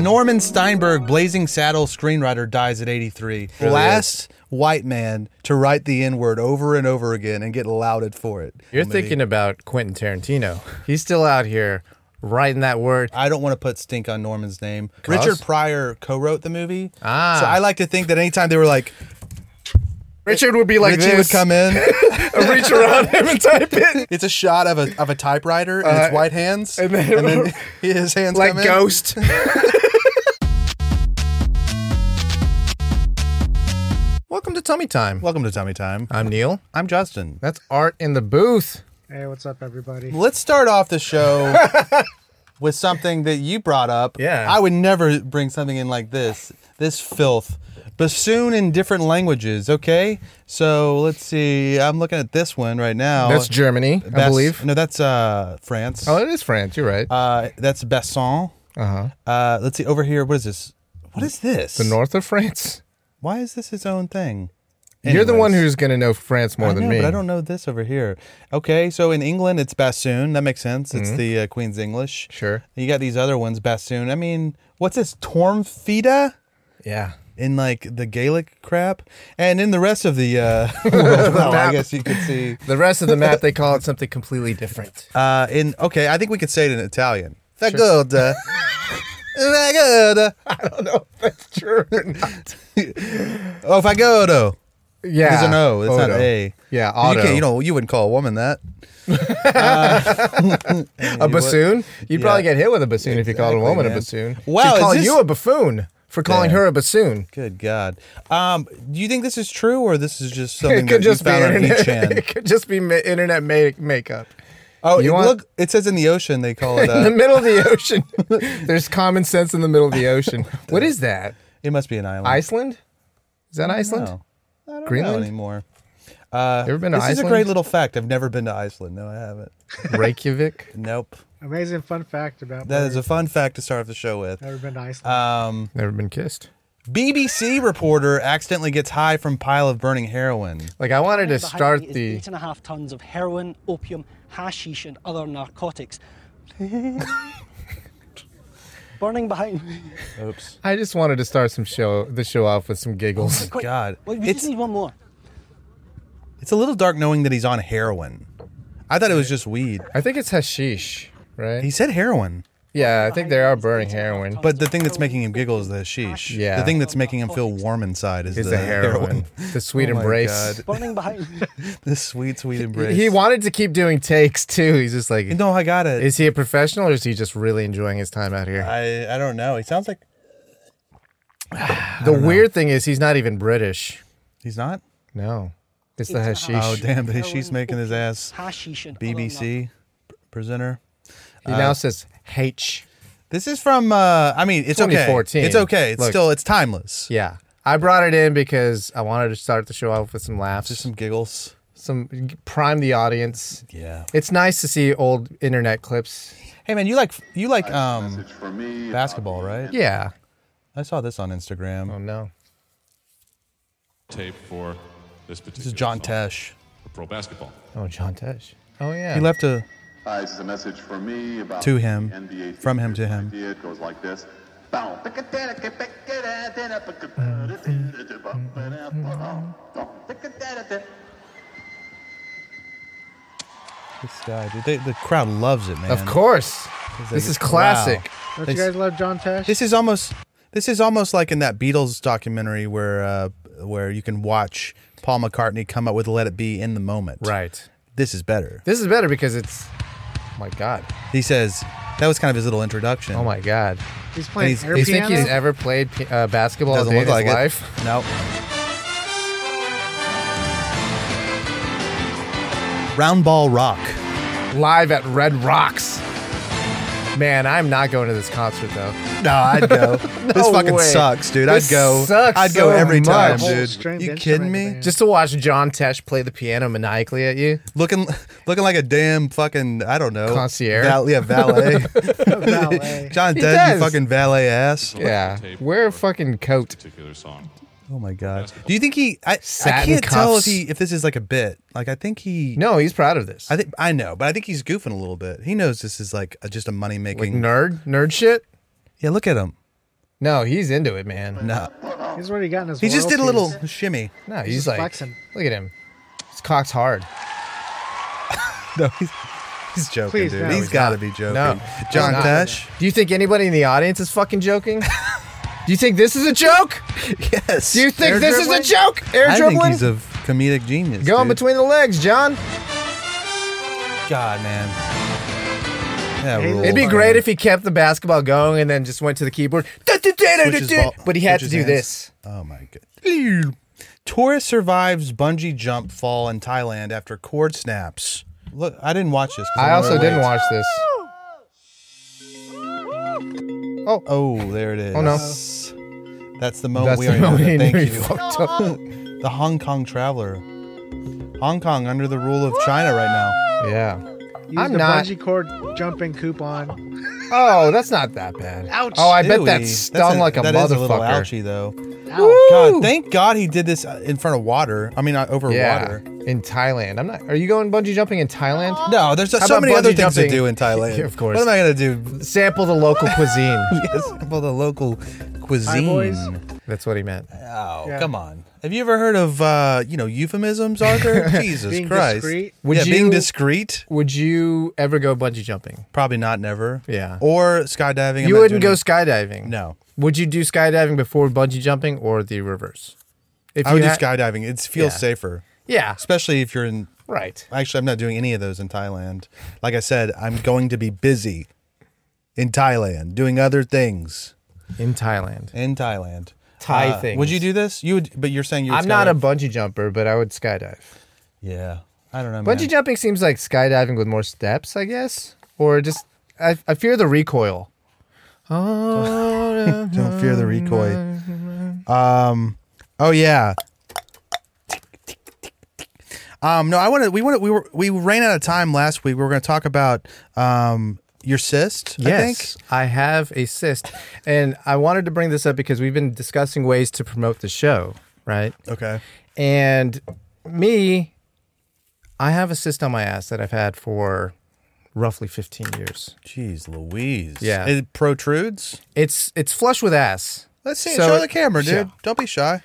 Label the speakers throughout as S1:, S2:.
S1: Norman Steinberg, Blazing Saddle screenwriter, dies at 83. Last white man to write the N word over and over again and get lauded for it.
S2: You're thinking about Quentin Tarantino. He's still out here writing that word.
S1: I don't want to put stink on Norman's name.
S2: Cause?
S1: Richard Pryor co wrote the movie.
S2: Ah.
S1: So I like to think that anytime they were like,
S2: Richard would be like
S1: Richie
S2: this.
S1: would come in.
S2: and reach around him and type it.
S1: It's a shot of a of a typewriter and it's white hands, and
S2: Uh, then-
S1: then, his hands
S2: Like
S1: come in.
S2: Ghost. Welcome to Tummy Time.
S1: Welcome to Tummy Time.
S2: I'm Neil.
S1: I'm Justin.
S2: That's Art in the booth.
S3: Hey, what's up, everybody?
S1: Let's start off the show with something that you brought up.
S2: Yeah.
S1: I would never bring something in like this. This filth. Bassoon in different languages. Okay, so let's see. I'm looking at this one right now.
S2: Oh, That's Germany, I
S1: Bas-
S2: believe.
S1: No, that's uh France.
S2: Oh, it is France. You're right.
S1: Uh, that's Besson.
S2: Uh-huh.
S1: Uh, let's see over here. What is this? What is this?
S2: The north of France.
S1: Why is this its own thing?
S2: You're the one
S1: Anyways.
S2: who's going to know France more
S1: I
S2: than
S1: know,
S2: me.
S1: But I don't know this over here. Okay, so in England, it's bassoon. That makes sense. It's the uh, Queen's English.
S2: Mm-hmm. Sure.
S1: You got these other ones, bassoon. I mean, what's this, tormfida?
S2: Yeah.
S1: In like the Gaelic crap, and in the rest of the uh, world, well, I
S2: map.
S1: guess you could see.
S2: The rest of the map, they call it something completely different.
S1: Uh, in okay, I think we could say it in Italian. Fagoda. Fagoda.
S2: I don't know if that's true or not.
S1: Oh, fagodo.
S2: Yeah.
S1: It's an O. It's not
S2: Odo.
S1: an A.
S2: Yeah,
S1: You,
S2: auto.
S1: can't, you know, you wouldn't call a woman that.
S2: A bassoon? You'd probably
S1: Yeah.
S2: get hit with a bassoon if you called a
S1: Exactly,
S2: woman a
S1: man.
S2: bassoon.
S1: Wow,
S2: She'd
S1: is
S2: call
S1: this-
S2: you a buffoon for calling
S1: Damn.
S2: her a bassoon.
S1: Good God. Um, do you think this is true or this is just something
S2: It could
S1: that you
S2: just be
S1: found on
S2: internet.
S1: E-chan?
S2: It could just be ma- internet make- makeup.
S1: Oh,
S2: You
S1: it-
S2: want-
S1: look, it says in the ocean they call it
S2: In the
S1: uh,
S2: middle of the ocean. There's common sense in the middle of the ocean. What is that?
S1: it must be an island.
S2: Iceland? Is that Iceland?
S1: No. I don't
S2: Greenland?
S1: know anymore. Uh,
S2: You ever been to
S1: this is a
S2: Iceland?
S1: great little fact. I've never been to Iceland. No, I haven't.
S2: Reykjavik?
S1: Nope.
S3: Amazing fun fact about
S1: That is a fun fact to start off the show with.
S3: never been to Iceland.
S1: Um,
S2: Never been kissed.
S1: BBC reporter accidentally gets high from pile of burning heroin.
S2: Like I wanted to
S4: behind me
S2: start
S4: is
S2: the
S4: eight and a half tons of heroin, opium, hashish, and other narcotics. Burning behind me.
S1: Oops.
S2: I just wanted to start some show the show off with some
S1: Oh
S2: giggles.
S4: Quick.
S1: God.
S4: Wait, we
S1: It's
S4: just need one more.
S1: it's a little dark knowing that he's on heroin. I thought it was just weed.
S2: I think it's hashish, right?
S1: He said heroin.
S2: yeah, I think they are burning heroin.
S1: But the thing that's making him giggle is the sheesh.
S2: Yeah.
S1: The thing that's making him feel warm inside is
S2: is
S1: the
S2: the heroin. The sweet
S1: Oh my
S2: embrace.
S4: Burning behind me.
S1: This sweet, sweet embrace.
S2: He wanted to keep doing takes too. He's just like,
S1: No, I got it.
S2: is he a professional or is he just really enjoying his time out here?
S1: I I don't know. He sounds like
S2: The weird thing is, he's not even British.
S1: he's not.
S2: No, it's the
S4: It's a
S2: hashish.
S1: Oh damn!
S4: Heroin,
S1: She's making his
S4: opium,
S1: ass.
S4: Hashish and other narcotics.
S1: BBC presenter.
S2: He now says H.
S1: This is from. Uh, I mean, it's okay.
S2: 2014.
S1: It's okay. It's
S2: Look.
S1: still. It's timeless.
S2: Yeah, I brought it in because I wanted to start the show off with some laughs,
S1: Just some giggles.
S2: some prime the audience.
S1: Yeah.
S2: It's nice to see old internet clips.
S1: Hey man, you like you like um basketball, right?
S2: Yeah.
S1: I saw this on Instagram.
S2: Oh no.
S5: tape for this particular.
S1: This is John
S5: song
S1: Tesh.
S5: for Pro basketball.
S2: Oh, John Tesh. Oh yeah.
S1: He left a.
S6: Hi, Uh, this is a message for me about
S1: To him.
S6: the NBA
S1: From him to him.
S6: Idea. It goes like this. That's
S1: This guy, dude, they, the crowd loves it, man.
S2: Of course. This
S1: like,
S2: is classic.
S1: wow.
S3: Don't
S1: this-
S3: you guys love John Tesh?
S1: This is almost this is almost like in that Beatles documentary where uh, where you can watch Paul McCartney come up with "Let It Be" in the moment.
S2: Right.
S1: This is better.
S2: This is better because it's. Oh my God.
S1: He says that was kind of his little introduction.
S2: Oh my God.
S3: he's
S2: And
S3: playing
S2: he's,
S3: air
S2: you
S3: piano.
S2: think he's ever played pi- uh, basketball a
S1: Doesn't
S2: day
S1: look
S2: in his
S1: like
S2: life?
S1: it. No. Round ball rock.
S2: Live at Red Rocks. Man, I'm not going to this concert though.
S1: No, I'd go. this
S2: No
S1: fucking
S2: way.
S1: sucks, dude.
S2: This
S1: I'd go.
S2: sucks
S1: I'd go
S2: so
S1: every time,
S2: much.
S3: Whole
S1: dude.
S3: stringed
S1: You
S3: instrument
S1: kidding me?
S3: band.
S2: Just to watch John Tesh play the piano maniacally at you.
S1: Looking, looking like a damn fucking I don't know
S2: Concierge?
S1: Val- yeah, valet.
S3: Ballet.
S1: John
S2: He
S1: Ted, you
S2: does.
S1: fucking valet ass.
S2: Yeah.
S5: Tape
S2: Wear a
S5: for
S2: fucking coat.
S5: this Particular song.
S1: Oh my god. Do you think he? I, I
S2: Satin
S1: can't tell if
S2: cuffs.
S1: he if this is like a bit. Like I think he.
S2: No, he's proud of this.
S1: I think I know, but I think he's goofing a little bit. He knows this is like a, just a money
S2: like
S1: making.
S2: nerd, nerd shit.
S1: yeah, look at him.
S2: No, he's into it, man.
S1: No.
S3: He's already gotten his.
S1: He just did a little
S3: royalties.
S1: shimmy.
S2: No, he's,
S3: just
S2: like,
S3: flexing.
S2: look at him. His cock's hard.
S1: No, he's, he's joking,
S3: Please,
S1: dude.
S3: no,
S1: he's
S3: he's
S1: got to be joking.
S2: No,
S1: John
S2: he's not.
S1: Tesh?
S2: Do you think anybody in the audience is fucking joking? Do you think this is a joke?
S1: Yes.
S2: Do you think
S1: Air
S2: this
S1: dribbling?
S2: is a joke? Air
S1: I think
S2: dribbling?
S1: he's a comedic genius.
S2: Going
S1: dude.
S2: between the legs, John.
S1: God, man. That
S3: Hey,
S1: rules,
S2: It'd be
S1: man.
S2: great if he kept the basketball going and then just went to the keyboard.
S1: Switches ball-
S2: But he had to
S1: switches hands.
S2: do this.
S1: Oh my god. Tourist survives bungee jump fall in Thailand after cord snaps. Look, I didn't watch this. 'cause
S2: I
S1: I'm
S2: also
S1: really
S2: didn't
S1: late.
S2: watch this.
S1: Oh, there it is.
S2: Oh, no.
S1: That's the moment
S2: That's
S1: we already
S2: the
S1: know
S2: only
S1: that.
S2: thing we
S1: Thank you.
S2: fucked up.
S1: The Hong Kong traveler. Hong Kong under the rule of China right now.
S2: Yeah.
S3: Used
S2: I'm
S3: a
S2: not-
S3: bungee cord jumping coupon.
S2: Oh, that's not that bad.
S3: Ouch.
S2: Oh, I bet
S1: Ew,
S2: that
S1: he-
S2: stung
S1: that's
S2: like a
S1: that is a little
S2: motherfucker.
S1: ouchy though.
S3: Ow.
S2: Woo!
S1: God, thank God he did this uh, in front of water. I mean, uh, over
S2: Yeah.
S1: water.
S2: In Thailand. I'm not. Are you going bungee jumping in Thailand?
S1: No, there's so
S2: How about
S1: many other
S2: bungee
S1: things
S2: jumping?
S1: to do in Thailand.
S2: Yeah, of course.
S1: What am I gonna do?
S2: Sample the local cuisine.
S1: Sample the local
S3: boys.
S1: cuisine.
S2: That's what he meant.
S1: Oh,
S3: Yeah.
S1: come on. Have you ever heard of uh, you know euphemisms, Arthur? Jesus
S3: Being
S1: Christ.
S3: discreet?
S2: Would
S1: yeah, being
S2: you-
S1: discreet.
S2: Would you ever go bungee jumping?
S1: Probably not. Never.
S2: Yeah.
S1: Or skydiving. I'm
S2: You
S1: not
S2: wouldn't
S1: doing
S2: go
S1: it.
S2: skydiving.
S1: No.
S2: Would you do skydiving before bungee jumping or the reverse? If
S1: I would do
S2: ha-
S1: skydiving. It feels
S2: Yeah.
S1: safer,
S2: Yeah.
S1: especially if you're in.
S2: Right.
S1: Actually, I'm not doing any of those in Thailand. Like I said, I'm going to be busy in Thailand doing other things
S2: In Thailand.
S1: in Thailand.
S2: Thai
S1: Uh,
S2: things.
S1: Would you do this? You would, but you're saying you. Would
S2: I'm not a
S1: skydive.
S2: bungee jumper, but I would skydive.
S1: Yeah, I don't know.
S2: Bungee
S1: man.
S2: jumping seems like skydiving with more steps, I guess, or just I, I fear the recoil. Oh,
S1: Don't fear the recoil. Um.
S2: Mm-hmm.
S1: Oh yeah. Um. No, I want to. We want to. We were. We ran out of time last week. We were going to talk about um your cyst.
S2: yes, I, have a cyst, and I wanted to bring this up because we've been discussing ways to promote the show, right?
S1: I think. Okay.
S2: And me, I have a cyst on my ass that I've had for roughly 15 years.
S1: Jeez, Louise.
S2: Yeah.
S1: It protrudes.
S2: It's it's flush with ass.
S1: Let's see. it.
S2: So
S1: Show
S2: it-
S1: the camera, dude.
S2: show.
S1: Don't be shy.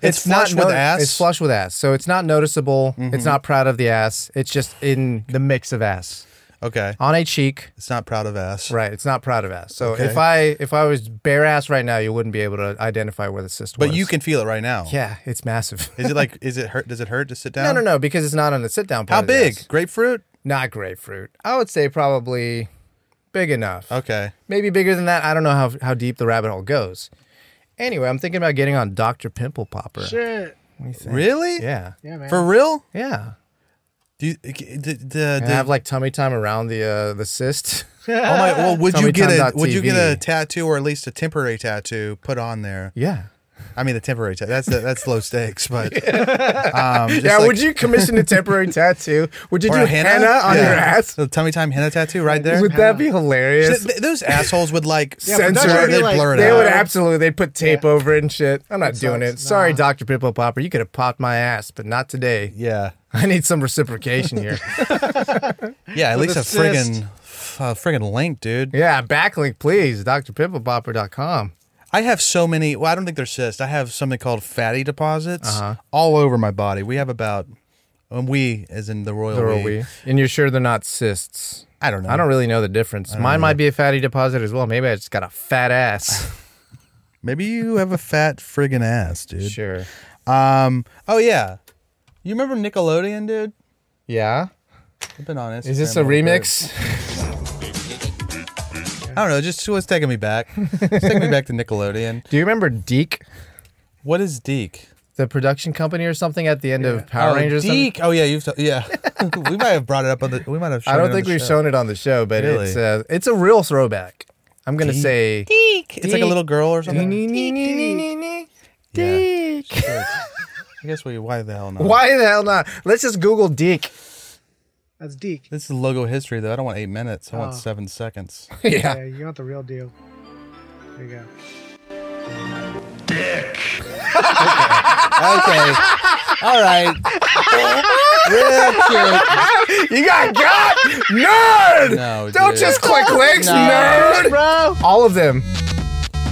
S1: It's, flush
S2: not
S1: with
S2: noti-
S1: ass. Mm-hmm.
S2: It's flush with ass. So it's not noticeable. It's not proud of the ass. It's just in the mix of ass
S1: Okay.
S2: on a cheek.
S1: It's not proud of ass.
S2: Right. It's not proud of ass. So
S1: Okay.
S2: if I if I was bare ass right now, you wouldn't be able to identify where the cyst was.
S1: But you can feel it right now.
S2: Yeah, it's massive.
S1: Is it like? Is it hurt? Does it hurt to sit down?
S2: no, no, no, because it's not on the sit down.
S1: How big? Grapefruit.
S2: Not grapefruit. I would say probably big enough.
S1: Okay.
S2: Maybe bigger than that. I don't know how how deep the rabbit hole goes. Anyway, I'm thinking about getting on Doctor Pimple Popper.
S3: Shit.
S1: Really?
S2: Yeah.
S3: Yeah, man.
S1: For real?
S2: Yeah.
S1: Do you, d- d- d-
S2: and have like tummy time around the uh, the cyst.
S1: Oh my! Well, would you get a
S2: Tommytime.tv.
S1: would you get a tattoo or at least a temporary tattoo put on there?
S2: Yeah.
S1: I mean, the temporary tattoo. That's that's low stakes, but um, just
S2: Yeah.
S1: like-
S2: would you commission a temporary tattoo? Would you
S1: or
S2: do
S1: a
S2: henna, on
S1: Yeah.
S2: your ass?
S1: The tummy time henna tattoo right there.
S2: Would that be
S1: Th-
S2: hilarious?
S1: th- those assholes would like
S2: Yeah, but that's
S1: censor it.
S2: really
S1: They'd
S3: like-
S1: blur it
S2: They
S1: out.
S2: would absolutely. They'd put tape over it and shit. I'm not doing it.
S3: sucks.
S2: Sorry,
S3: Nah.
S2: Doctor Pimple Popper. You could have popped my ass, but not today.
S1: yeah,
S2: I need some reciprocation here.
S1: yeah. At
S3: With
S1: least a
S3: a
S1: friggin' a friggin' link, dude.
S2: yeah, backlink, please. DrPimplePopper.com.
S1: I have so many. Well, I don't think they're cysts. I have something called fatty deposits
S2: Uh-huh.
S1: all over my body. We have about, and we as in the royal.
S2: Or are
S1: we.
S2: we? And you're sure they're not cysts?
S1: I don't know.
S2: I don't really know the difference. Mine might be a fatty deposit as well. Maybe I just got a fat ass.
S1: Maybe you have a fat friggin' ass, dude.
S2: sure.
S1: Um. Oh yeah. You remember Nickelodeon, dude?
S2: Yeah.
S1: I've been on Instagram.
S2: Is this a
S1: little bit.
S2: remix?
S1: I don't know. Just what's taking me back. It's taking me back to Nickelodeon.
S2: Do you remember Deke,
S1: What is Deke?
S2: the production company or something at the end of Power
S1: oh,
S2: Rangers? or something?
S1: Deke. Oh yeah, you've. T- yeah. we might have brought it up on the. We might have. Shown
S2: I
S1: it
S2: don't
S1: on
S2: think
S1: the
S2: we've
S1: show.
S2: shown it on the show, but
S1: Really?
S2: it's a, it's a real throwback. I'm gonna say
S1: Deke. It's like a
S2: Deke.
S1: little girl or something.
S2: Deke.
S1: I guess we. Why the hell not?
S2: Why the hell not? Let's just Google Deke.
S3: That's Deke.
S1: This is logo history though. I don't want eight minutes. I want
S3: Oh.
S1: seven seconds.
S3: Yeah, you want the real deal. There you go.
S1: Okay. All right. Real quick.
S2: you got got nerd.
S1: No,
S2: don't
S1: dude.
S2: just click links,
S1: No.
S2: nerd.
S3: Bro!
S2: All of them.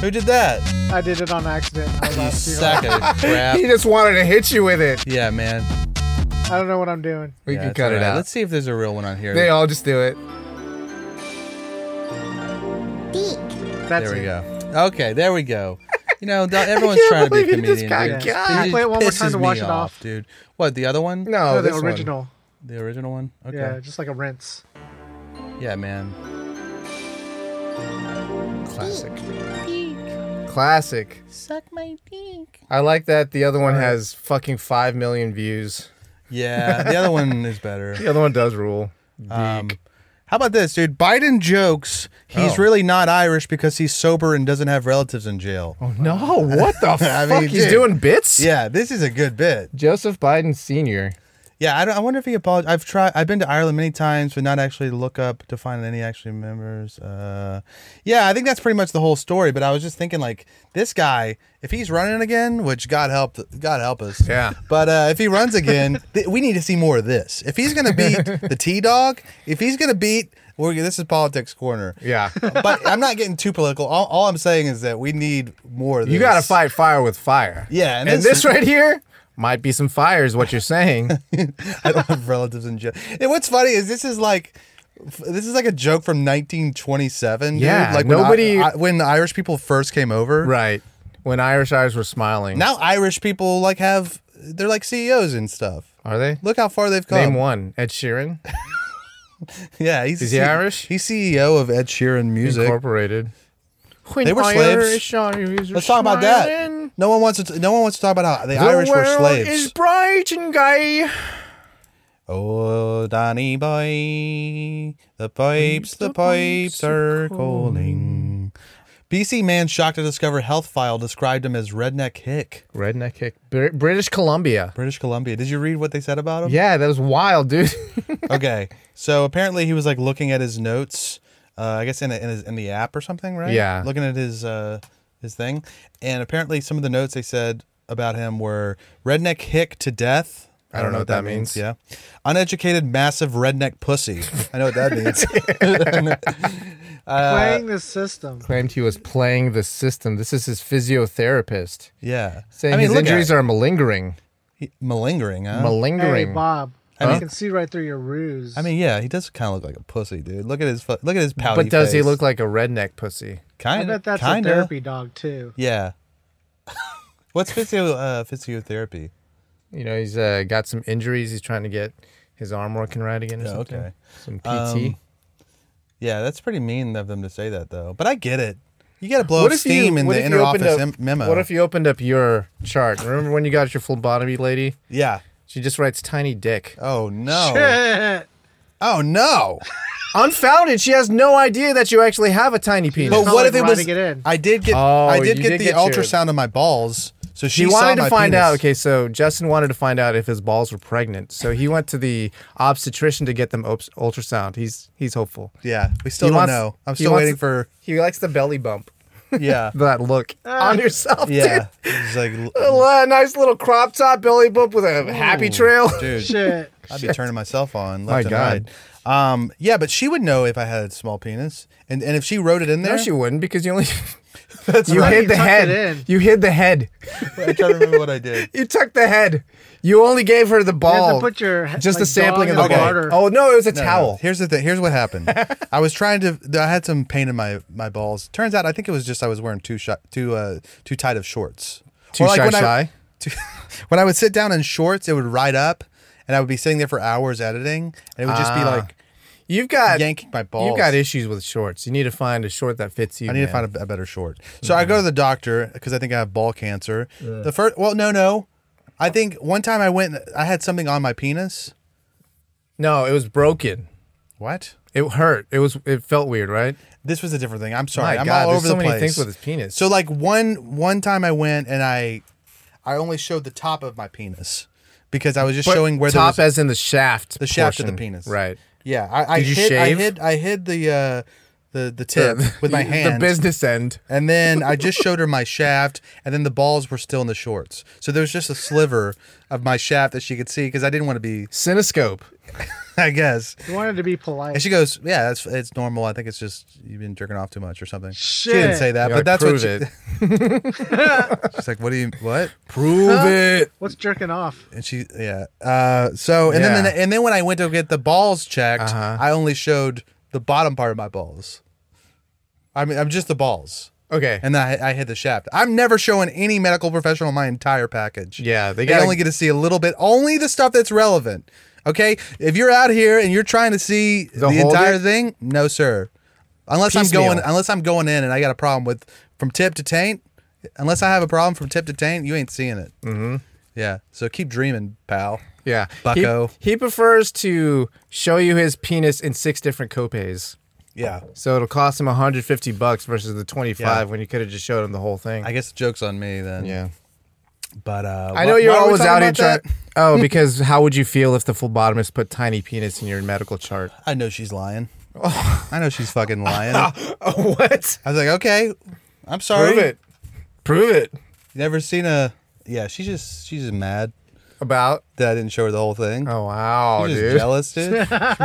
S1: Who did that?
S3: I did it on accident. I, was
S1: You
S3: out too
S1: sack
S3: hard.
S1: of crap.
S2: He just wanted to hit you with it.
S1: Yeah, man.
S3: I don't know what I'm doing.
S2: We
S1: Yeah,
S2: can
S1: it's
S2: cut it
S1: alright.
S2: out.
S1: Let's see if there's a real one on here.
S2: they all just do it.
S3: That's
S1: there we
S3: it.
S1: go. Okay, there we go. You know, th- everyone's trying to
S2: can't
S1: be a
S2: believe
S1: comedian.
S2: you just got
S1: dude.
S2: got.
S1: It
S2: Can
S3: you play it one more time
S1: pisses
S3: to wash
S1: me
S3: it off?
S1: dude. What the other Oh, one?
S2: No,
S3: no,
S2: this
S3: the
S2: one.
S3: original.
S1: the original one. Okay,
S3: Yeah, just like a rinse.
S1: yeah man.
S2: Classic. Classic.
S7: Suck my dick.
S2: I like that the other one has fucking 5 million views.
S1: Yeah, the other one is better.
S2: The other one does rule.
S1: Um, how about this, dude? Biden jokes he's
S2: Oh.
S1: really not Irish because he's sober and doesn't have relatives in jail.
S2: Oh, No, what the fuck?
S1: I mean,
S2: He's
S1: dude.
S2: doing bits?
S1: Yeah, this is a good bit.
S2: Joseph Biden Sr.
S1: Yeah, I, don't, I wonder if he apologized. I've tried. I've been to Ireland many times, but not actually to look up to find any actually members. Uh, yeah, I think that's pretty much the whole story. But I was just thinking, like this guy, if he's running again, which God help, God help us.
S2: Yeah.
S1: But uh, if he runs again, th- we need to see more of this. If he's gonna beat the T Dog, if he's gonna beat, we're, this is politics corner.
S2: Yeah.
S1: But I'm not getting too political. All, all I'm saying is that we need more. Of this.
S2: You got to fight fire with fire.
S1: Yeah,
S2: And,
S1: and
S2: this,
S1: this-
S2: right here might be some fire, is what you're saying.
S1: I don't have relatives in jail. And what's funny is this is like f- this is like a joke from 1927. dude.
S2: Yeah,
S1: like
S2: nobody-
S1: when, I- I- when the Irish people first came over.
S2: right. When Irish eyes were smiling.
S1: Now Irish people like have they're like CEOs and stuff.
S2: Are they?
S1: Look how far they've come.
S2: Name one Ed Sheeran,
S1: Yeah, he's
S2: Is he
S1: C-
S2: Irish?
S1: He's CEO of Ed Sheeran Music.
S2: Incorporated.
S1: They were slaves. Let's talk about that. No one wants to. no one wants to talk about how the, Irish were slaves.
S2: is bright and gay.
S1: Oh, Danny boy, the pipes, the pipes are calling. BC man shocked to discover health file described him as redneck hick.
S2: Redneck hick. Br- British Columbia.
S1: British Columbia. Did you read what they said about him?
S2: Yeah, that was wild, dude.
S1: Okay. So apparently he was like looking at his notes, uh, I guess in a, in, his, in the app or something, right?
S2: Yeah.
S1: Looking at his uh, his thing, and apparently some of the notes they said about him were redneck hick to death.
S2: I don't know what that means.
S1: Yeah. Uneducated, massive redneck pussy. I know what that means. Uh,
S3: Playing the system.
S2: Claimed he was playing the system. This is his physiotherapist
S1: yeah.
S2: saying his
S1: look at
S2: injuries
S1: it.
S2: are malingering.
S1: malingering. Huh?
S2: Malingering.
S3: Hey, Bob.
S1: I mean-
S3: you can see right through your ruse.
S1: I mean, yeah, he does kind of look like a pussy, dude. Look at his fu- look at his pouty.
S2: but does he
S1: face.
S2: look like a redneck pussy?
S1: Kind
S3: I
S1: of.
S3: bet that's
S1: kinda.
S3: a therapy dog too.
S1: Yeah. What's physio uh, physiotherapy?
S2: You know, he's uh, got some injuries. He's trying to get his arm working right again or
S1: Yeah,
S2: something.
S1: okay.
S2: Some PT.
S1: Um, Yeah, that's pretty mean of them to say that, though. But I get it. You got to blow
S2: What
S1: up
S2: if you-
S1: steam in
S2: what
S1: the
S2: if you
S1: inner
S2: opened
S1: office
S2: up-
S1: em- memo.
S2: What if you opened up your chart? Remember when you got your phlebotomy lady?
S1: yeah.
S2: She just writes tiny dick.
S1: Oh no.
S3: Shit.
S1: Oh no.
S2: Unfounded. She has no idea that you actually have a tiny penis.
S1: But
S3: not
S1: what
S3: like
S1: if it
S3: riding
S1: was?
S3: it in.
S1: I did get.
S2: Oh,
S1: I did
S2: you
S1: get
S2: did
S1: the
S2: get your-
S1: ultrasound of my balls. So she
S2: He wanted
S1: saw
S2: to
S1: my
S2: find
S1: penis.
S2: out. Okay, so Justin wanted to find out if his balls were pregnant. So he went to the obstetrician to get them obs- ultrasound. He's he's hopeful.
S1: Yeah, we still
S2: He
S1: don't
S2: wants-
S1: know. I'm
S2: he
S1: still
S2: wants-
S1: waiting for.
S2: He likes the belly bump,
S1: Yeah.
S2: that look on yourself.
S1: yeah.
S2: Yeah,
S1: It's like,
S2: dude. a nice little crop top belly bump with a happy trail.
S1: dude,
S3: Shit.
S1: I'd be turning myself on
S2: My
S1: left and right. Um, yeah, but she would know if I had a small penis, and and if she wrote it in there,
S2: No, she wouldn't because you only. you
S3: right.
S2: hid
S3: You
S2: the
S3: tucked
S2: head.
S3: it in.
S2: You hid the head.
S1: I'm trying to remember what I did.
S2: You took the head. You only gave her the
S3: You have
S2: ball.
S3: to put your he-
S2: just
S3: like,
S2: a sampling of
S3: dog
S2: the
S3: in
S1: a
S2: ball.
S3: water.
S2: Oh no, it was a
S1: No, no,
S2: towel.
S1: no. Here's the thing. Here's what happened. I was trying to. I had some pain in my my balls. Turns out, I think it was just I was wearing too shy, too uh, too tight of shorts.
S2: Too
S1: Or like
S2: shy,
S1: when I,
S2: shy?
S1: too- when I would sit down in shorts, it would ride up, and I would be sitting there for hours editing, and it would just be
S2: Ah.
S1: like
S2: You've got
S1: yanking my balls.
S2: You've got issues with shorts. You need to find a short that fits you.
S1: I need to find a, a better short. So I go to the doctor because I think I have ball cancer. The first, well, no, no. I think one time I went, I had something on my penis.
S2: No, it was broken.
S1: What?
S2: It hurt. It was. It felt weird, right?
S1: This was a different thing. I'm sorry.
S2: My
S1: I'm
S2: God,
S1: all
S2: there's
S1: over
S2: so
S1: the
S2: many
S1: place.
S2: things with his penis.
S1: So like one one time I went and I, I only showed the top of my penis because I was just
S2: But
S1: showing where
S2: top
S1: there was,
S2: as in the shaft.
S1: the shaft of the
S2: portion.
S1: penis.
S2: Right.
S1: Yeah, I, I
S2: Did you
S1: hid. I
S2: shave?
S1: hid. I hid the uh, the the tip with my hand.
S2: The business end.
S1: And then I just showed her my shaft, and then the balls were still in the shorts. So there was just a sliver of my shaft that she could see because I didn't want to be.
S2: Cinescope.
S1: I guess.
S3: He wanted to be polite.
S1: And she goes, "Yeah, that's it's normal. I think it's just you've been jerking off too much or something." She didn't
S3: Shit.
S1: say that,
S2: Yeah,
S1: but that's what
S2: prove
S1: she,
S2: it.
S1: she's like. What do you what?
S2: prove it.
S3: What's jerking off?
S1: And she yeah. Uh, so and then
S2: Yeah.
S1: and then when I went to get the balls checked,
S2: Uh-huh.
S1: I only showed the bottom part of my balls. I mean, I'm just the balls,
S2: Okay.
S1: and then I, I hit the shaft. I'm never showing any medical professional my entire package.
S2: Yeah, they
S1: they,
S2: gotta-
S1: only get to see a little bit, only the stuff that's relevant. Okay, if you're out here and you're trying to see the,
S2: The whole
S1: entire
S2: dick?
S1: thing, no sir. Unless I'm
S2: Piecemeal.
S1: going, unless I'm going in and I got a problem with from tip to taint. Unless I have a problem from tip to taint, you ain't seeing it. Mm-hmm. Yeah. So keep dreaming, pal.
S2: yeah.
S1: Bucko.
S2: He, he prefers to show you his penis in six different copays.
S1: Yeah.
S2: So it'll cost him 150 bucks versus the 25
S1: Yeah.
S2: when you could have just showed him the whole thing.
S1: I guess the joke's on me then.
S2: yeah.
S1: But uh,
S2: I
S1: wh-
S2: know you're
S1: why are we
S2: always
S1: talking
S2: out here
S1: about that?
S2: trying. Oh, because how would you feel if the phlebotomist put tiny penis in your medical chart?
S1: I know she's lying. I know she's fucking lying. I
S2: Oh, what?
S1: was like, okay, I'm sorry.
S2: Prove it. Prove it.
S1: Never seen a. Yeah, she's just she's just mad
S2: About.
S1: that I didn't show her the whole thing.
S2: Oh wow,
S1: she's just
S2: dude.
S1: jealous, dude.
S2: You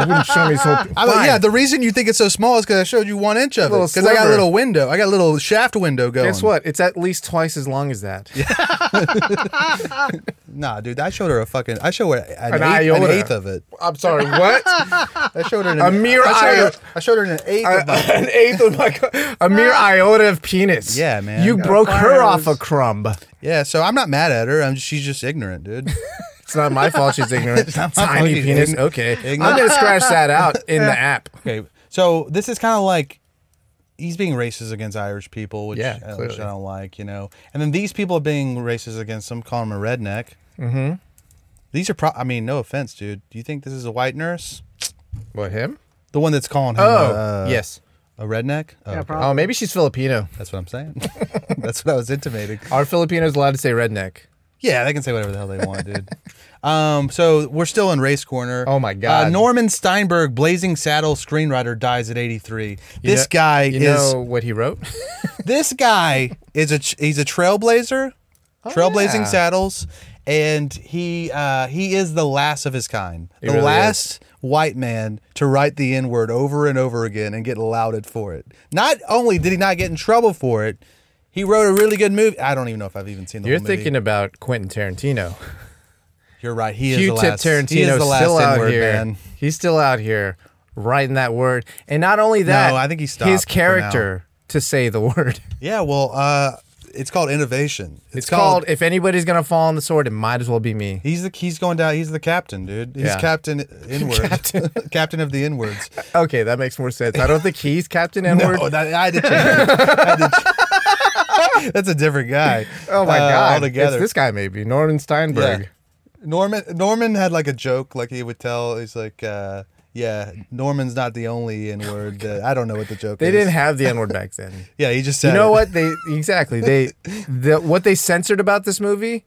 S2: wouldn't show me so.
S1: I mean, yeah, the reason you think it's so small is because I showed you one inch of it.
S2: Little
S1: Because I got a
S2: sliver.
S1: little window. I got a little shaft window going.
S2: Guess what? It's at least twice as long as that.
S1: Nah, dude, I showed her a fucking. I showed her an,
S2: An
S1: eighth, an
S2: iota.
S1: eighth of it.
S2: I'm sorry. What?
S1: I showed her an,
S2: A mere
S1: I showed, her,
S2: iota.
S1: I showed her an eighth
S2: A-
S1: of my.
S2: an eighth of my. co- A mere iota of penis.
S1: Yeah, man.
S2: You
S1: Yeah,
S2: broke her off a
S3: fireworks.
S2: crumb.
S1: Yeah, so I'm not mad at her. I'm she's just ignorant, dude.
S2: It's not my fault she's ignorant.
S1: not my fault
S2: Tiny
S1: she's
S2: penis.
S1: ign-
S2: okay.
S1: ignorant.
S2: I'm gonna scratch that out in the app.
S1: Okay, so this is kind of like he's being racist against Irish people, which,
S2: Yeah,
S1: uh, which
S2: clearly.
S1: I don't like, you know. And then these people are being racist against him, calling him a redneck. Mm-hmm. These are, pro- I mean, no offense, dude. Do you think this is a white nurse,
S2: What him?
S1: the one that's calling him?
S2: Oh,
S1: uh,
S2: yes.
S1: a redneck. Oh,
S3: Yeah,
S1: okay.
S3: probably.
S2: Oh, maybe she's Filipino.
S1: that's what I'm saying. that's what I was intimating.
S2: Are Filipinos allowed to say redneck?
S1: Yeah, they can say whatever the hell they want, dude. Um, so we're still in race corner.
S2: Oh, my God.
S1: Uh, Norman Steinberg, Blazing Saddle screenwriter, dies at 83.
S2: You
S1: This
S2: know-
S1: guy
S2: you
S1: is
S2: know what he wrote?
S1: this guy is a he's a trailblazer, trailblazing
S2: Oh, yeah.
S1: saddles, and he uh, he is the last of his kind, the
S2: really
S1: last white man to write the N word over and over again and get lauded for it. Not only did he not get in trouble for it, he wrote a really good movie. I don't even know if I've even seen the.
S2: You're
S1: whole movie.
S2: thinking about Quentin Tarantino.
S1: You're right. He is the
S2: Q-Tip
S1: last.
S2: Tarantino
S1: he is the last
S2: still out
S1: N-word,
S2: here.
S1: man.
S2: He's still out here writing that word, and not only that,
S1: I think he stopped
S2: his
S1: for now.
S2: character to say the word.
S1: Yeah. Well, uh, it's called innovation.
S2: It's, called, "If anybody's gonna fall on the sword, it might as well be me."
S1: He's the he's going down. He's the captain, dude. He's
S2: Yeah.
S1: captain inward. captain. of the inwards.
S2: Okay, that makes more sense. I don't think he's Captain N-word.
S1: No, that, I had to change. it. I had to ch- That's a different guy.
S2: oh my
S1: uh,
S2: god,
S1: Altogether,
S2: It's this guy maybe Norman Steinberg.
S1: Yeah. Norman Norman had like a joke, like he would tell. He's like, uh, "Yeah, Norman's not the only N word." That, I don't know what the joke.
S2: They
S1: is.
S2: didn't have the N-word back then.
S1: Yeah, he just said.
S2: you know
S1: it.
S2: what they exactly they the, what they censored about this movie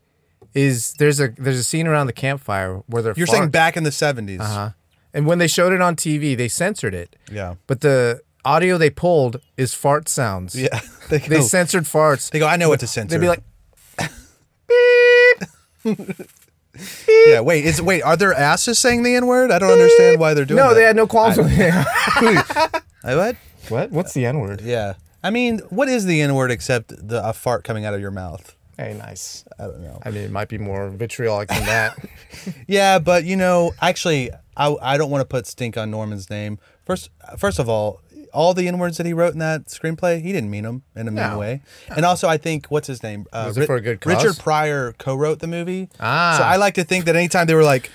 S2: is there's a there's a scene around the campfire where they're
S1: You're saying
S2: fart-
S1: back in the '70s.
S2: Uh-huh. And when they showed it on TV, they censored it.
S1: Yeah.
S2: But the audio they pulled is fart sounds.
S1: Yeah, they,
S2: They
S1: go,
S2: censored farts.
S1: they go. I know what to censor.
S2: They'd be like,
S1: "Yeah, wait, is wait, are their asses saying the N word? I don't understand why they're doing."
S2: no,
S1: that.
S2: they had no qualms with it.
S1: I what?
S2: what? What's the N word?
S1: Yeah. I mean, what is the N word except the a fart coming out of your mouth?
S2: Hey, nice.
S1: I don't know.
S2: I mean, it might be more vitriolic than that.
S1: Yeah, but you know, actually, I, I don't want to put stink on Norman's name. First, first of all, all the N words that he wrote in that screenplay, he didn't mean them in a mean
S2: No.
S1: way. And also, I think what's his name? Uh,
S2: Was it for a good cause?
S1: Richard Pryor co-wrote the movie.
S2: Ah.
S1: So I like to think that anytime they were like,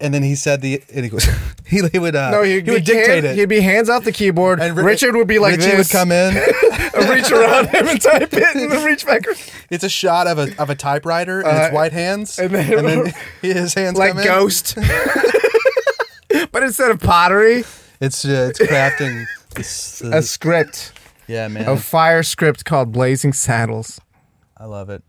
S1: and then he said the and he goes, he, would uh,
S2: no,
S1: he
S2: he'd be
S1: would dictate
S2: hand-
S1: it.
S2: He'd be hands off the keyboard, and
S1: Ri-
S2: Richard would be like
S1: Richie
S2: this,
S1: would come in.
S2: reach around him and type it, and then reach back,
S1: It's a shot of a of a typewriter and
S2: Uh,
S1: it's white hands, and
S2: and
S1: then,
S2: then-
S1: his hands
S2: like
S1: come in.
S2: Ghost. but instead of pottery,
S1: It's uh, it's crafting. this, uh,
S2: a script,
S1: yeah, man,
S2: a fire script called Blazing Saddles.
S1: I love it.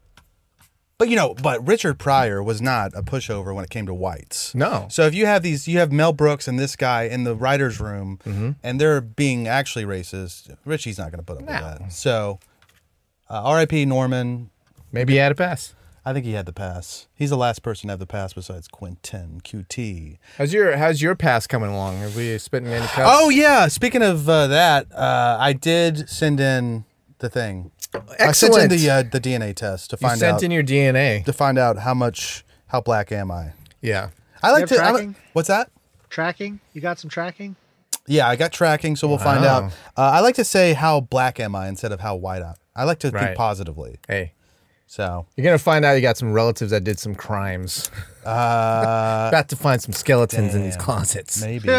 S1: But you know, but Richard Pryor was not a pushover when it came to whites.
S2: No.
S1: So if you have these, you have Mel Brooks and this guy in the writers' room, and they're being actually racist. Richie's not going to put up with
S2: No.
S1: that. So, uh, R.I.P. Norman.
S2: Maybe he had a pass.
S1: I think he had the pass. He's the last person to have the pass besides Quinten QT.
S2: How's your How's your pass coming along? Are we spitting any cups?
S1: Oh yeah, speaking of uh, that, uh, I did send in the thing. I sent in
S2: Excellent.
S1: the uh, the DNA test to
S2: you
S1: find
S2: sent
S1: out
S2: in your DNA.
S1: to find out how much how black am I.
S2: Yeah.
S1: I like
S3: have
S1: to. I'm a-
S3: tracking?
S1: what's that?
S3: Tracking? You got some tracking?
S1: Yeah, I got tracking, so we'll find
S2: Wow.
S1: out. Uh, I like to say how black am I instead of how white I. I like to
S2: Right.
S1: think positively.
S2: Hey,
S1: So
S2: you're gonna find out you got some relatives that did some crimes. Uh, About to find some skeletons in these
S1: damn.
S2: closets.
S1: maybe.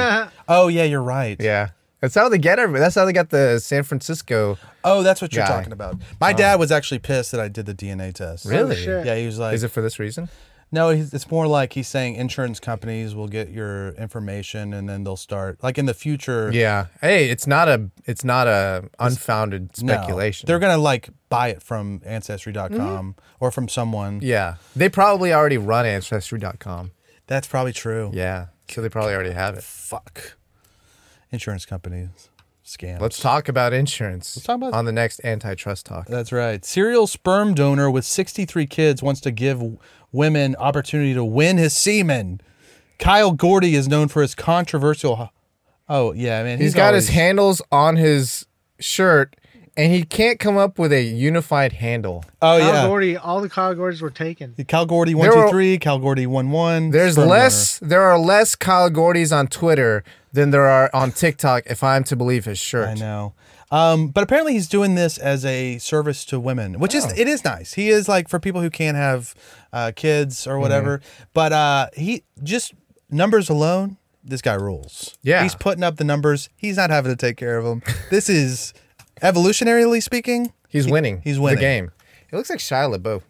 S1: oh yeah, you're right.
S2: Yeah. That's how they get everybody. That's how they got the San Francisco.
S1: Oh, that's what you're
S2: Guy.
S1: talking about. My dad was actually pissed that I did the DNA test.
S2: Really?
S3: shit.
S1: Yeah, he was like,
S2: Is it for this reason?
S1: No, he's- it's more like he's saying insurance companies will get your information and then they'll start like in the future.
S2: Yeah. Hey, it's not a it's not a unfounded
S1: no,
S2: speculation.
S1: they're gonna like buy it from Ancestry.com or from someone.
S2: yeah. They probably already run ancestry.com.
S1: That's probably true.
S2: Yeah. So they probably already have it.
S1: Fuck. Insurance companies scams.
S2: Let's talk about insurance
S1: talk about- Uh,
S2: on the next antitrust talk.
S1: That's right. Serial sperm donor with 63 kids wants to give w- women opportunity to win his semen. Kyle Gordy is known for his controversial. Oh yeah, man.
S2: he's got his
S1: always-
S2: handles on his shirt and he can't come up with a unified handle.
S1: Oh
S3: Kyle
S1: yeah.
S3: Gordy, all the Kyle Gordys were taken.
S1: Cal Gordy one
S2: There
S1: two
S2: were-
S1: three, Cal Gordy one one.
S2: There's
S1: sperm
S2: less there are less Kyle Gordys on Twitter than there are on TikTok if I'm to believe his shirt.
S1: donor. I know, um, but apparently he's doing this as a service to women, which
S2: Oh.
S1: is it is nice. He is like for people who can't have uh, kids
S2: Mm-hmm.
S1: or whatever. But uh, he just numbers alone, this guy rules.
S2: Yeah.
S1: he's putting up the numbers. He's not having to take care of them. this is evolutionarily speaking.
S2: He's
S1: he-
S2: winning.
S1: He's winning
S2: the game. It looks like Shia LaBeouf.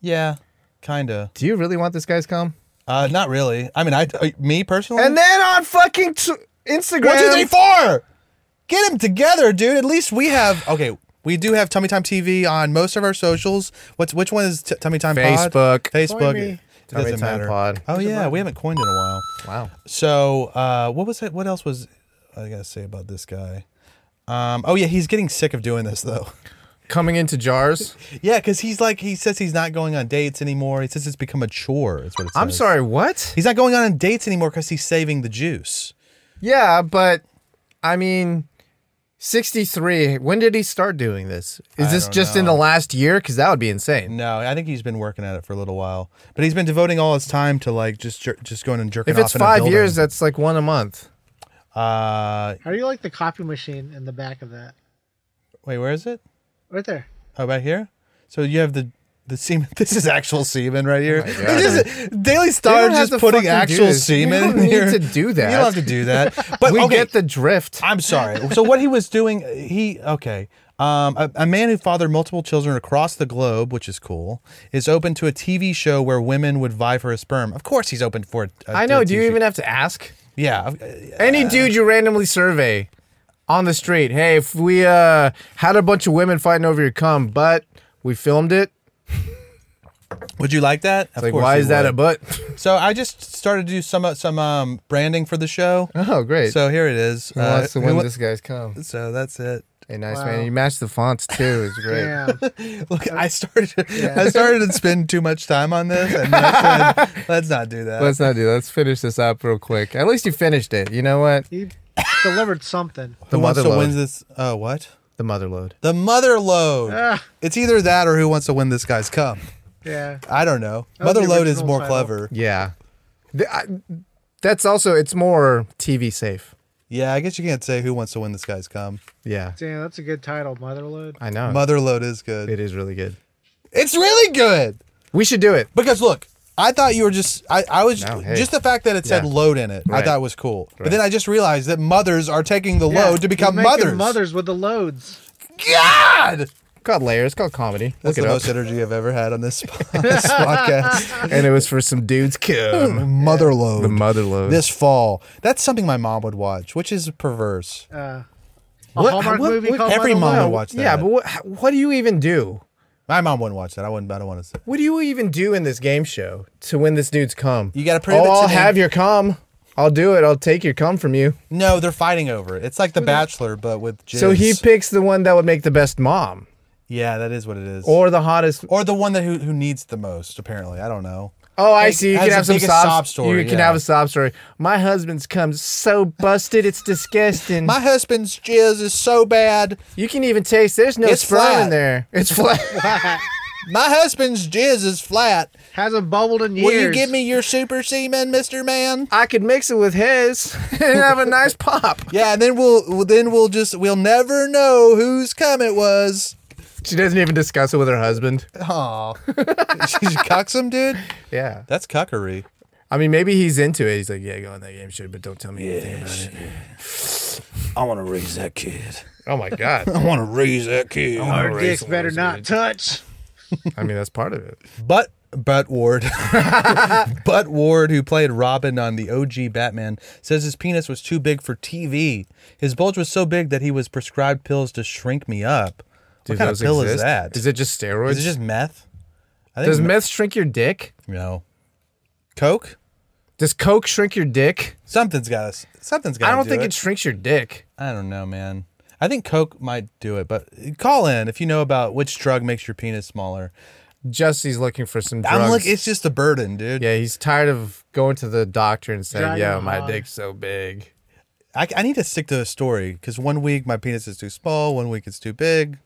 S1: Yeah, kinda.
S2: Do you really want this guy's cum?
S1: Uh, not really. I mean, I uh, me personally.
S2: And then on fucking t- Instagram,
S1: One, two, three, four. Get them together, dude. At least we have. Okay, we do have Tummy Time TV on most of our socials. What's which one is t- Tummy Time Pod?
S2: Facebook.
S1: Facebook.
S2: Coin me.
S1: It
S2: Tummy
S1: doesn't
S2: Time
S1: matter.
S2: Pod.
S1: Oh yeah, we haven't coined in a while.
S2: Wow.
S1: So uh, what was it? What else was I gotta say about this guy? Um, oh yeah, he's getting sick of doing this though.
S2: Coming into jars.
S1: yeah, because he's like he says he's not going on dates anymore. He says it's become a chore. Is what it
S2: I'm
S1: says.
S2: sorry, what?
S1: He's not going on dates anymore because he's saving the juice.
S2: Yeah, but I mean, 63. When did he start doing this? Is this
S1: don't
S2: just in the last year? Because that would be insane.
S1: No, I think he's been working at it for a little while, but he's been devoting all his time to like just jer- just going and jerking
S2: If it's
S1: off in a
S2: five
S1: building.
S2: years, that's like one a month.
S1: uh,
S3: How do you like the copy machine in the back of that?
S1: wait, where is it?
S3: Right there.
S1: Oh, right here. So you have the the semen. This is actual semen right here.
S2: Oh
S1: This is- Daily Star
S2: don't have
S1: just
S2: to
S1: putting
S2: fucking do
S1: actual
S2: this. You
S1: semen.
S2: don't
S1: in
S2: need
S1: here.
S2: to do that.
S1: You don't have to do that. But
S2: we
S1: okay,
S2: get the drift.
S1: I'm sorry. So what he was doing, he okay. Um, a, a man who fathered multiple children across the globe, which is cool, is open to a TV show where women would vie for his sperm. Of course, he's open for. a-
S2: I
S1: to
S2: know.
S1: a
S2: Do you
S1: TV
S2: even have to ask?
S1: Yeah,
S2: Any dude you randomly survey on the street, hey, if we uh, had a bunch of women fighting over your cum, but we filmed it,
S1: Would you like that? Of
S2: like
S1: course
S2: why
S1: you
S2: is that a
S1: would.
S2: butt?
S1: So I just started to do some some um, branding for the show.
S2: oh, great.
S1: So here it is. Uh,
S2: Who wants to
S1: who
S2: win
S1: wa-
S2: this guy's cum?
S1: So that's it.
S2: Hey, nice
S3: Wow.
S2: man. You matched the fonts too. It's great.
S3: Damn.
S1: Look, I started. I started to spend too much time on this, and I said, let's not do that.
S2: Let's not do that. Let's finish this up real quick. At least you finished it. You know what?
S3: He delivered something.
S1: who
S2: The
S1: wants
S2: mother
S1: to win
S2: load.
S1: this? Oh, what?
S2: The mother load.
S1: The mother load.
S3: Ah.
S1: It's either that or who wants to win this guy's cup.
S3: Yeah.
S1: I don't know.
S3: That was the
S1: Mother load is
S3: original
S1: more
S3: title.
S1: clever.
S2: Yeah. The- I- that's also, it's more TV safe.
S1: Yeah, I guess you can't say who wants to win this guy's cum.
S2: Yeah.
S3: Damn, that's a good title, Motherload.
S2: I know.
S1: Mother load is good.
S2: it is really good.
S1: it's really good.
S2: We should do it.
S1: Because look, I thought you were just I, I was
S2: No, hey.
S1: just the fact that it said
S2: Yeah.
S1: load in it, I
S2: Right.
S1: thought was cool. But
S2: Right.
S1: then I just realized that mothers are taking the
S3: Yeah,
S1: load to
S3: he's
S1: become
S3: making
S1: mothers.
S3: Mothers with the loads.
S1: God
S2: It's called Layers. It's called Comedy.
S1: That's
S2: Look
S1: the
S2: it up.
S1: most energy I've ever had on this, on this podcast.
S2: and it was for some dude's cum.
S1: Mother load.
S2: The mother load.
S1: this fall. That's something my mom would watch, which is perverse.
S3: Uh, a
S2: What-
S3: Hallmark
S2: what-
S3: movie
S2: what-
S3: called
S1: every
S3: Motherload.
S1: mom would watch that.
S2: yeah, but what, what do you even do?
S1: my mom wouldn't watch that. I wouldn't. I don't want to say.
S2: What do you even do in this game show to win this dude's cum?
S1: You gotta prove
S2: oh,
S1: it to
S2: I'll
S1: me.
S2: have your cum. I'll do it. I'll take your cum from you.
S1: No, they're fighting over it. It's like The Bachelor, but with jizz.
S2: So he picks the one that would make the best mom.
S1: Yeah, that is what it is.
S2: or the hottest.
S1: or the one that who, who needs the most. Apparently, I don't know.
S2: Oh, I
S1: Like,
S2: see. You
S1: has
S2: can
S1: the
S2: have some
S1: biggest
S2: sob,
S1: sob story,
S2: You can
S1: yeah.
S2: have a sob story. My husband's comes so busted, it's disgusting.
S1: My husband's jizz is so bad.
S2: you can even taste. There's no
S1: It's
S2: sperm
S1: flat.
S2: in there. It's flat.
S1: My husband's jizz is flat.
S3: Hasn't bubbled in years.
S1: your super semen, Mister Man?
S2: I could mix it with his and have a nice pop.
S1: Yeah, and then we'll well, then we'll just we'll never know whose cum it was.
S2: She doesn't even discuss it with her husband.
S1: Oh, she cucks him, dude.
S2: Yeah.
S1: That's cuckery.
S2: I mean, maybe he's into it. He's like, yeah, go on that game show, but don't tell me anything about it.
S1: I want to raise that kid.
S2: Oh my god.
S1: I want to raise that kid.
S3: Our dicks better not touch.
S2: I mean, that's part of it.
S1: But Butt Ward, Butt Ward, who played Robin on the OG Batman, says his penis was too big for TV. His bulge was so big that he was prescribed pills to shrink me up.
S2: Do
S1: what kind of
S2: those
S1: pill is
S2: exist?
S1: that?
S2: Is it just steroids?
S1: Is it just meth? I
S2: Does
S1: me-
S2: meth shrink your dick?
S1: no. Coke?
S2: Does coke shrink your dick?
S1: Something's got to Something's got.
S2: I don't
S1: do
S2: think
S1: it.
S2: it shrinks your dick.
S1: I don't know, man. I think Coke might do it, but call in if you know about which drug makes your penis smaller.
S2: Jesse's looking for some drugs.
S1: I'm like, it's just a burden, dude.
S2: yeah, he's tired of going to the doctor and saying,
S3: Driving
S2: "Yeah,
S3: him
S2: my
S3: on.
S2: dick's so big."
S1: I, I need to stick to a story because one week my penis is too small, one week it's too big.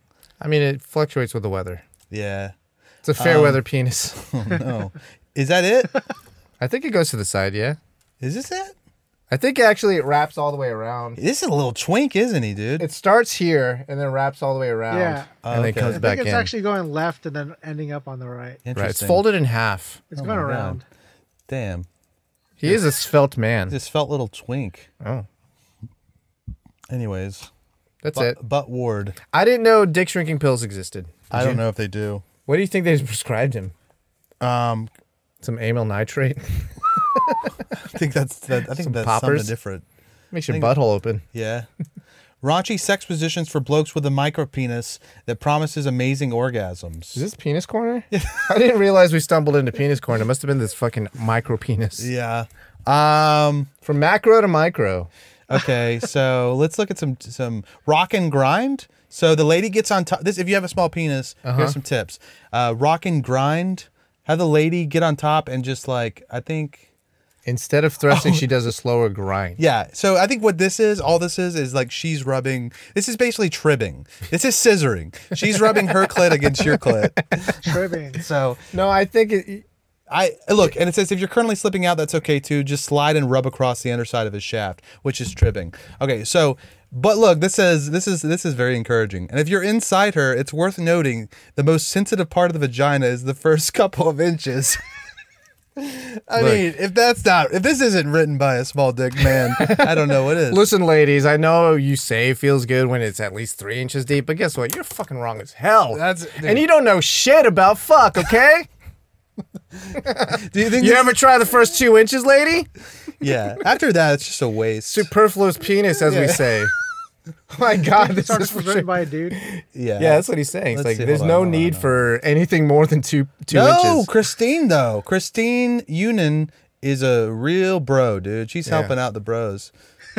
S2: I mean, it fluctuates with the weather.
S1: Yeah. Oh,
S2: It's a
S1: Um,
S2: fair weather penis.
S1: No. Is that it?
S2: I think it goes to the side. Yeah,
S1: Is this it?
S2: I think actually it wraps all the way around.
S1: This is a little twink, isn't he, dude?
S2: It starts here and then wraps all the way around.
S3: Yeah.
S2: and
S1: Okay.
S2: then
S1: I
S2: comes
S3: I
S2: back
S3: think it's
S2: in.
S3: actually going left and then ending up on the right.
S2: right, it's
S1: Interesting.
S2: folded in half.
S3: It's
S1: Oh
S3: going
S1: my God.
S3: around.
S1: Damn.
S2: He is a svelte man.
S1: This felt little twink.
S2: Oh.
S1: Anyways,
S2: That's it.
S1: but, butt ward.
S2: I didn't know dick shrinking pills existed.
S1: I don't know if they do.
S2: What do you think they prescribed him?
S1: Um,
S2: Some amyl nitrate
S1: I think that's that. I think
S2: Some
S1: that's
S2: poppers?
S1: something different.
S2: makes your
S1: Think-
S2: butthole open.
S1: Yeah. Raunchy sex positions for blokes with a micro penis that promises amazing orgasms.
S2: Is this penis corner? I didn't realize we stumbled into penis corner. It must have been this fucking micro penis.
S1: Yeah. Um.
S2: From macro to micro.
S1: Okay, so let's look at some some rock and grind. So the lady gets on top. This, if you have a small penis, here's some tips. Uh, rock and grind. Have the lady get on top and just like I think.
S2: Instead of thrusting,
S1: Oh.
S2: she does a slower grind.
S1: Yeah. So I think what this is, all this is, is like she's rubbing. This is basically tribbing. This is scissoring. She's rubbing her clit against your clit.
S3: Tribbing.
S1: So
S2: No, I think it,
S1: I look, and it says if you're currently slipping out, that's okay too. Just slide and rub across the underside of his shaft, which is tripping. Okay, so but look, this says this is this is very encouraging. And if you're inside her, it's worth noting the most sensitive part of the vagina is the first couple of inches. I
S2: Look.
S1: mean, if that's not if this isn't written by a small dick man, I don't know what is.
S2: Listen, ladies, I know you say it feels good when it's at least three inches deep, but guess what? You're fucking wrong as hell.
S1: That's- dude.
S2: and you don't know shit about fuck, okay?
S1: Do you think?
S2: you
S1: this-
S2: ever try the first two inches, lady?
S1: yeah. After that, it's just a waste.
S2: Superfluous penis, as we say. oh my god, this
S3: This
S2: is
S3: was
S2: for
S3: written
S2: sure.
S3: by a dude.
S1: yeah.
S2: Yeah, that's what he's saying.
S1: Let's
S2: It's like
S1: see,
S2: there's
S1: hold on,
S2: no
S1: hold on,
S2: need
S1: hold on.
S2: for anything more than two two
S1: No,
S2: inches.
S1: Christine though. Christine Union is a real bro, dude. She's
S2: Yeah.
S1: helping out the bros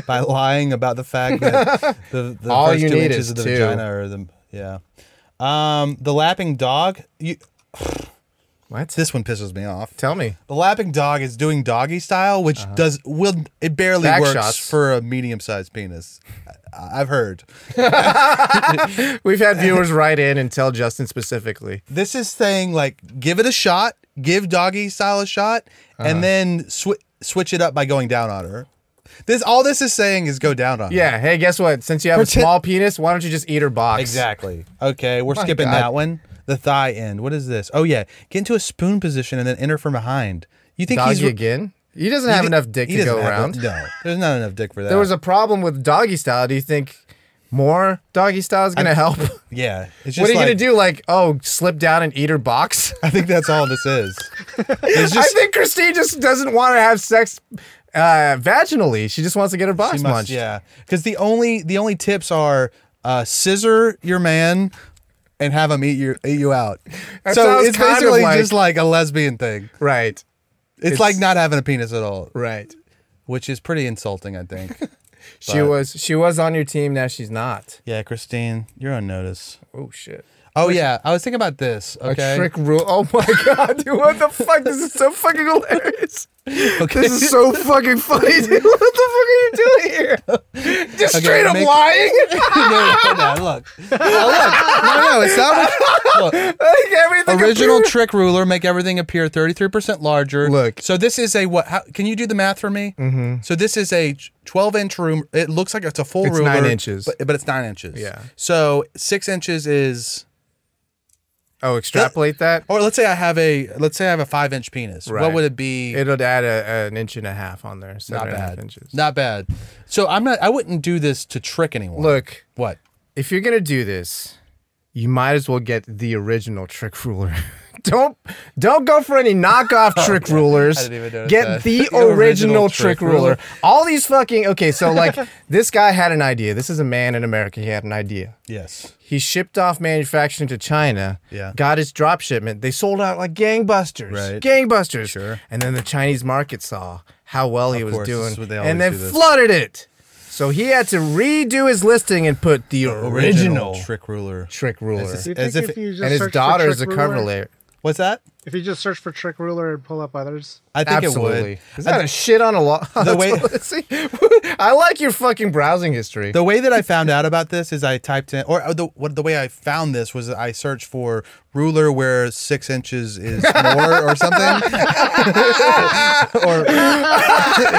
S1: by lying about the fact that the, the
S2: All
S1: first
S2: you
S1: two
S2: need
S1: inches
S2: is
S1: of the
S2: two.
S1: vagina are the yeah. Um, the lapping dog. You,
S2: What?
S1: this one pisses me off.
S2: Tell me.
S1: The lapping dog is doing doggy style, which does will it barely
S2: Uh-huh. Back
S1: works
S2: shots.
S1: for a medium sized penis. I, I've heard.
S2: We've had viewers write in and tell Justin specifically.
S1: this is saying like give it a shot, give doggy style a shot,
S2: Uh-huh.
S1: and then sw- switch it up by going down on her. This all this is saying is go down on her.
S2: Yeah, hey, guess what? Since you have
S1: Pretend-
S2: a small penis, why don't you just eat her box?
S1: Exactly. Okay, we're skipping
S2: God.
S1: that one. The thigh end. What is this? Oh yeah, get into a spoon position and then enter from behind. You think
S2: Doggy
S1: he's
S2: again? He doesn't
S1: you
S2: have
S1: thi-
S2: enough dick
S1: he
S2: to go
S1: doesn't have
S2: around.
S1: it. no, there's not enough dick for that.
S2: there was a problem with doggy style. Do you think more doggy style is going to help?
S1: yeah. It's just
S2: what are you
S1: like,
S2: going to do? Like, oh, slip down and eat her box?
S1: I think that's all this is. It's
S2: I
S1: just
S2: think Christine just doesn't want to have sex uh, vaginally. She just wants to get her box
S1: She must-
S2: munched.
S1: yeah, because the only the only tips are uh, scissor your man and have him eat your eat you out. so
S2: sounds
S1: it's
S2: kind of
S1: basically
S2: like-
S1: just like a lesbian thing.
S2: Right.
S1: It's,
S2: It's-
S1: like not having a penis at all,
S2: Right.
S1: which is pretty insulting, I think.
S2: She
S1: But-
S2: was she was on your team. Now she's not.
S1: yeah, Christine, you're on notice.
S2: Oh shit.
S1: Oh yeah, I was thinking about this. Okay,
S2: A trick rule. Oh my god, dude! What the fuck? This is so fucking hilarious.
S1: Okay.
S2: This is so fucking funny, dude. What the fuck are you doing here? Just
S1: Okay,
S2: straight up
S1: make-
S2: lying.
S1: no, no, no, look, no, look, no, no, it's not. Look,
S2: like everything.
S1: original
S2: appeared-
S1: trick ruler make everything appear 33% larger
S2: Look.
S1: so this is a what how, can you do the math for me mm-hmm. so this is a 12 inch room it looks like it's a full
S2: It's
S1: ruler
S2: nine inches.
S1: but, but it's nine inches
S2: Yeah.
S1: so six inches is
S2: oh, extrapolate that.
S1: or let's say i have a let's say i have a five inch penis
S2: Right.
S1: what would it be
S2: It'll add a, an inch and a half on there. Seven
S1: not
S2: and a half
S1: bad
S2: Inches.
S1: not bad so i'm not i wouldn't do this to trick anyone
S2: Look,
S1: what
S2: if you're gonna do this, you might as well get the original trick ruler. don't don't go for any knockoff trick rulers.
S1: I didn't even notice
S2: get
S1: that.
S2: the,
S1: The
S2: original,
S1: original
S2: trick
S1: trick
S2: ruler.
S1: ruler.
S2: All these fucking okay. So like, this guy had an idea. This is a man in America. He had an idea.
S1: yes
S2: He shipped off manufacturing to China.
S1: Yeah.
S2: Got his drop shipment. They sold out like gangbusters.
S1: Right.
S2: Gangbusters.
S1: Sure.
S2: And then the Chinese market saw how well he was
S1: course,
S2: doing,
S1: this is what they
S2: and
S1: always
S2: then
S1: do this.
S2: flooded it. So he had to redo his listing and put the original, trick,
S1: trick ruler
S2: ruler.
S1: This
S3: Do you
S1: As
S3: think
S1: if-
S3: if you just
S2: And his
S3: search for
S2: daughter is a
S3: trick
S2: cover
S3: ruler-
S2: layer.
S1: what's that
S3: If you just search for trick ruler and pull up others,
S1: i think
S2: Absolutely.
S1: it would
S2: Is that a shit on a lot?
S1: way-
S2: I like your fucking browsing history.
S1: The way that I found out about this is I typed in, or uh, the what the way I found this was I searched for ruler where six inches is more or something. or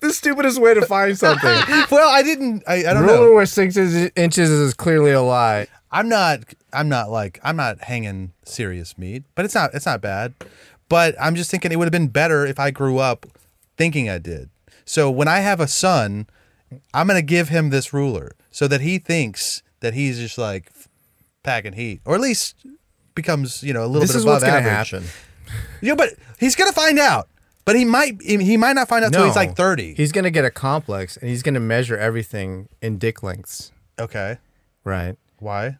S2: the stupidest way to find something.
S1: well, I didn't. I, I don't
S2: ruler
S1: know.
S2: where six is- inches is clearly a lie.
S1: I'm not. I'm not like I'm not hanging serious meat, but it's not. It's not bad. But I'm just thinking it would have been better if I grew up thinking I did. So when I have a son, I'm gonna give him this ruler so that he thinks that he's just like packing heat, or at least becomes you know a little
S2: This
S1: bit
S2: is
S1: above
S2: what's gonna
S1: average.
S2: happen.
S1: Yeah, but he's gonna find out. But he might he might not find out till he's like thirty.
S2: He's gonna get a complex and he's gonna measure everything in dick lengths,
S1: okay.
S2: right?
S1: Why?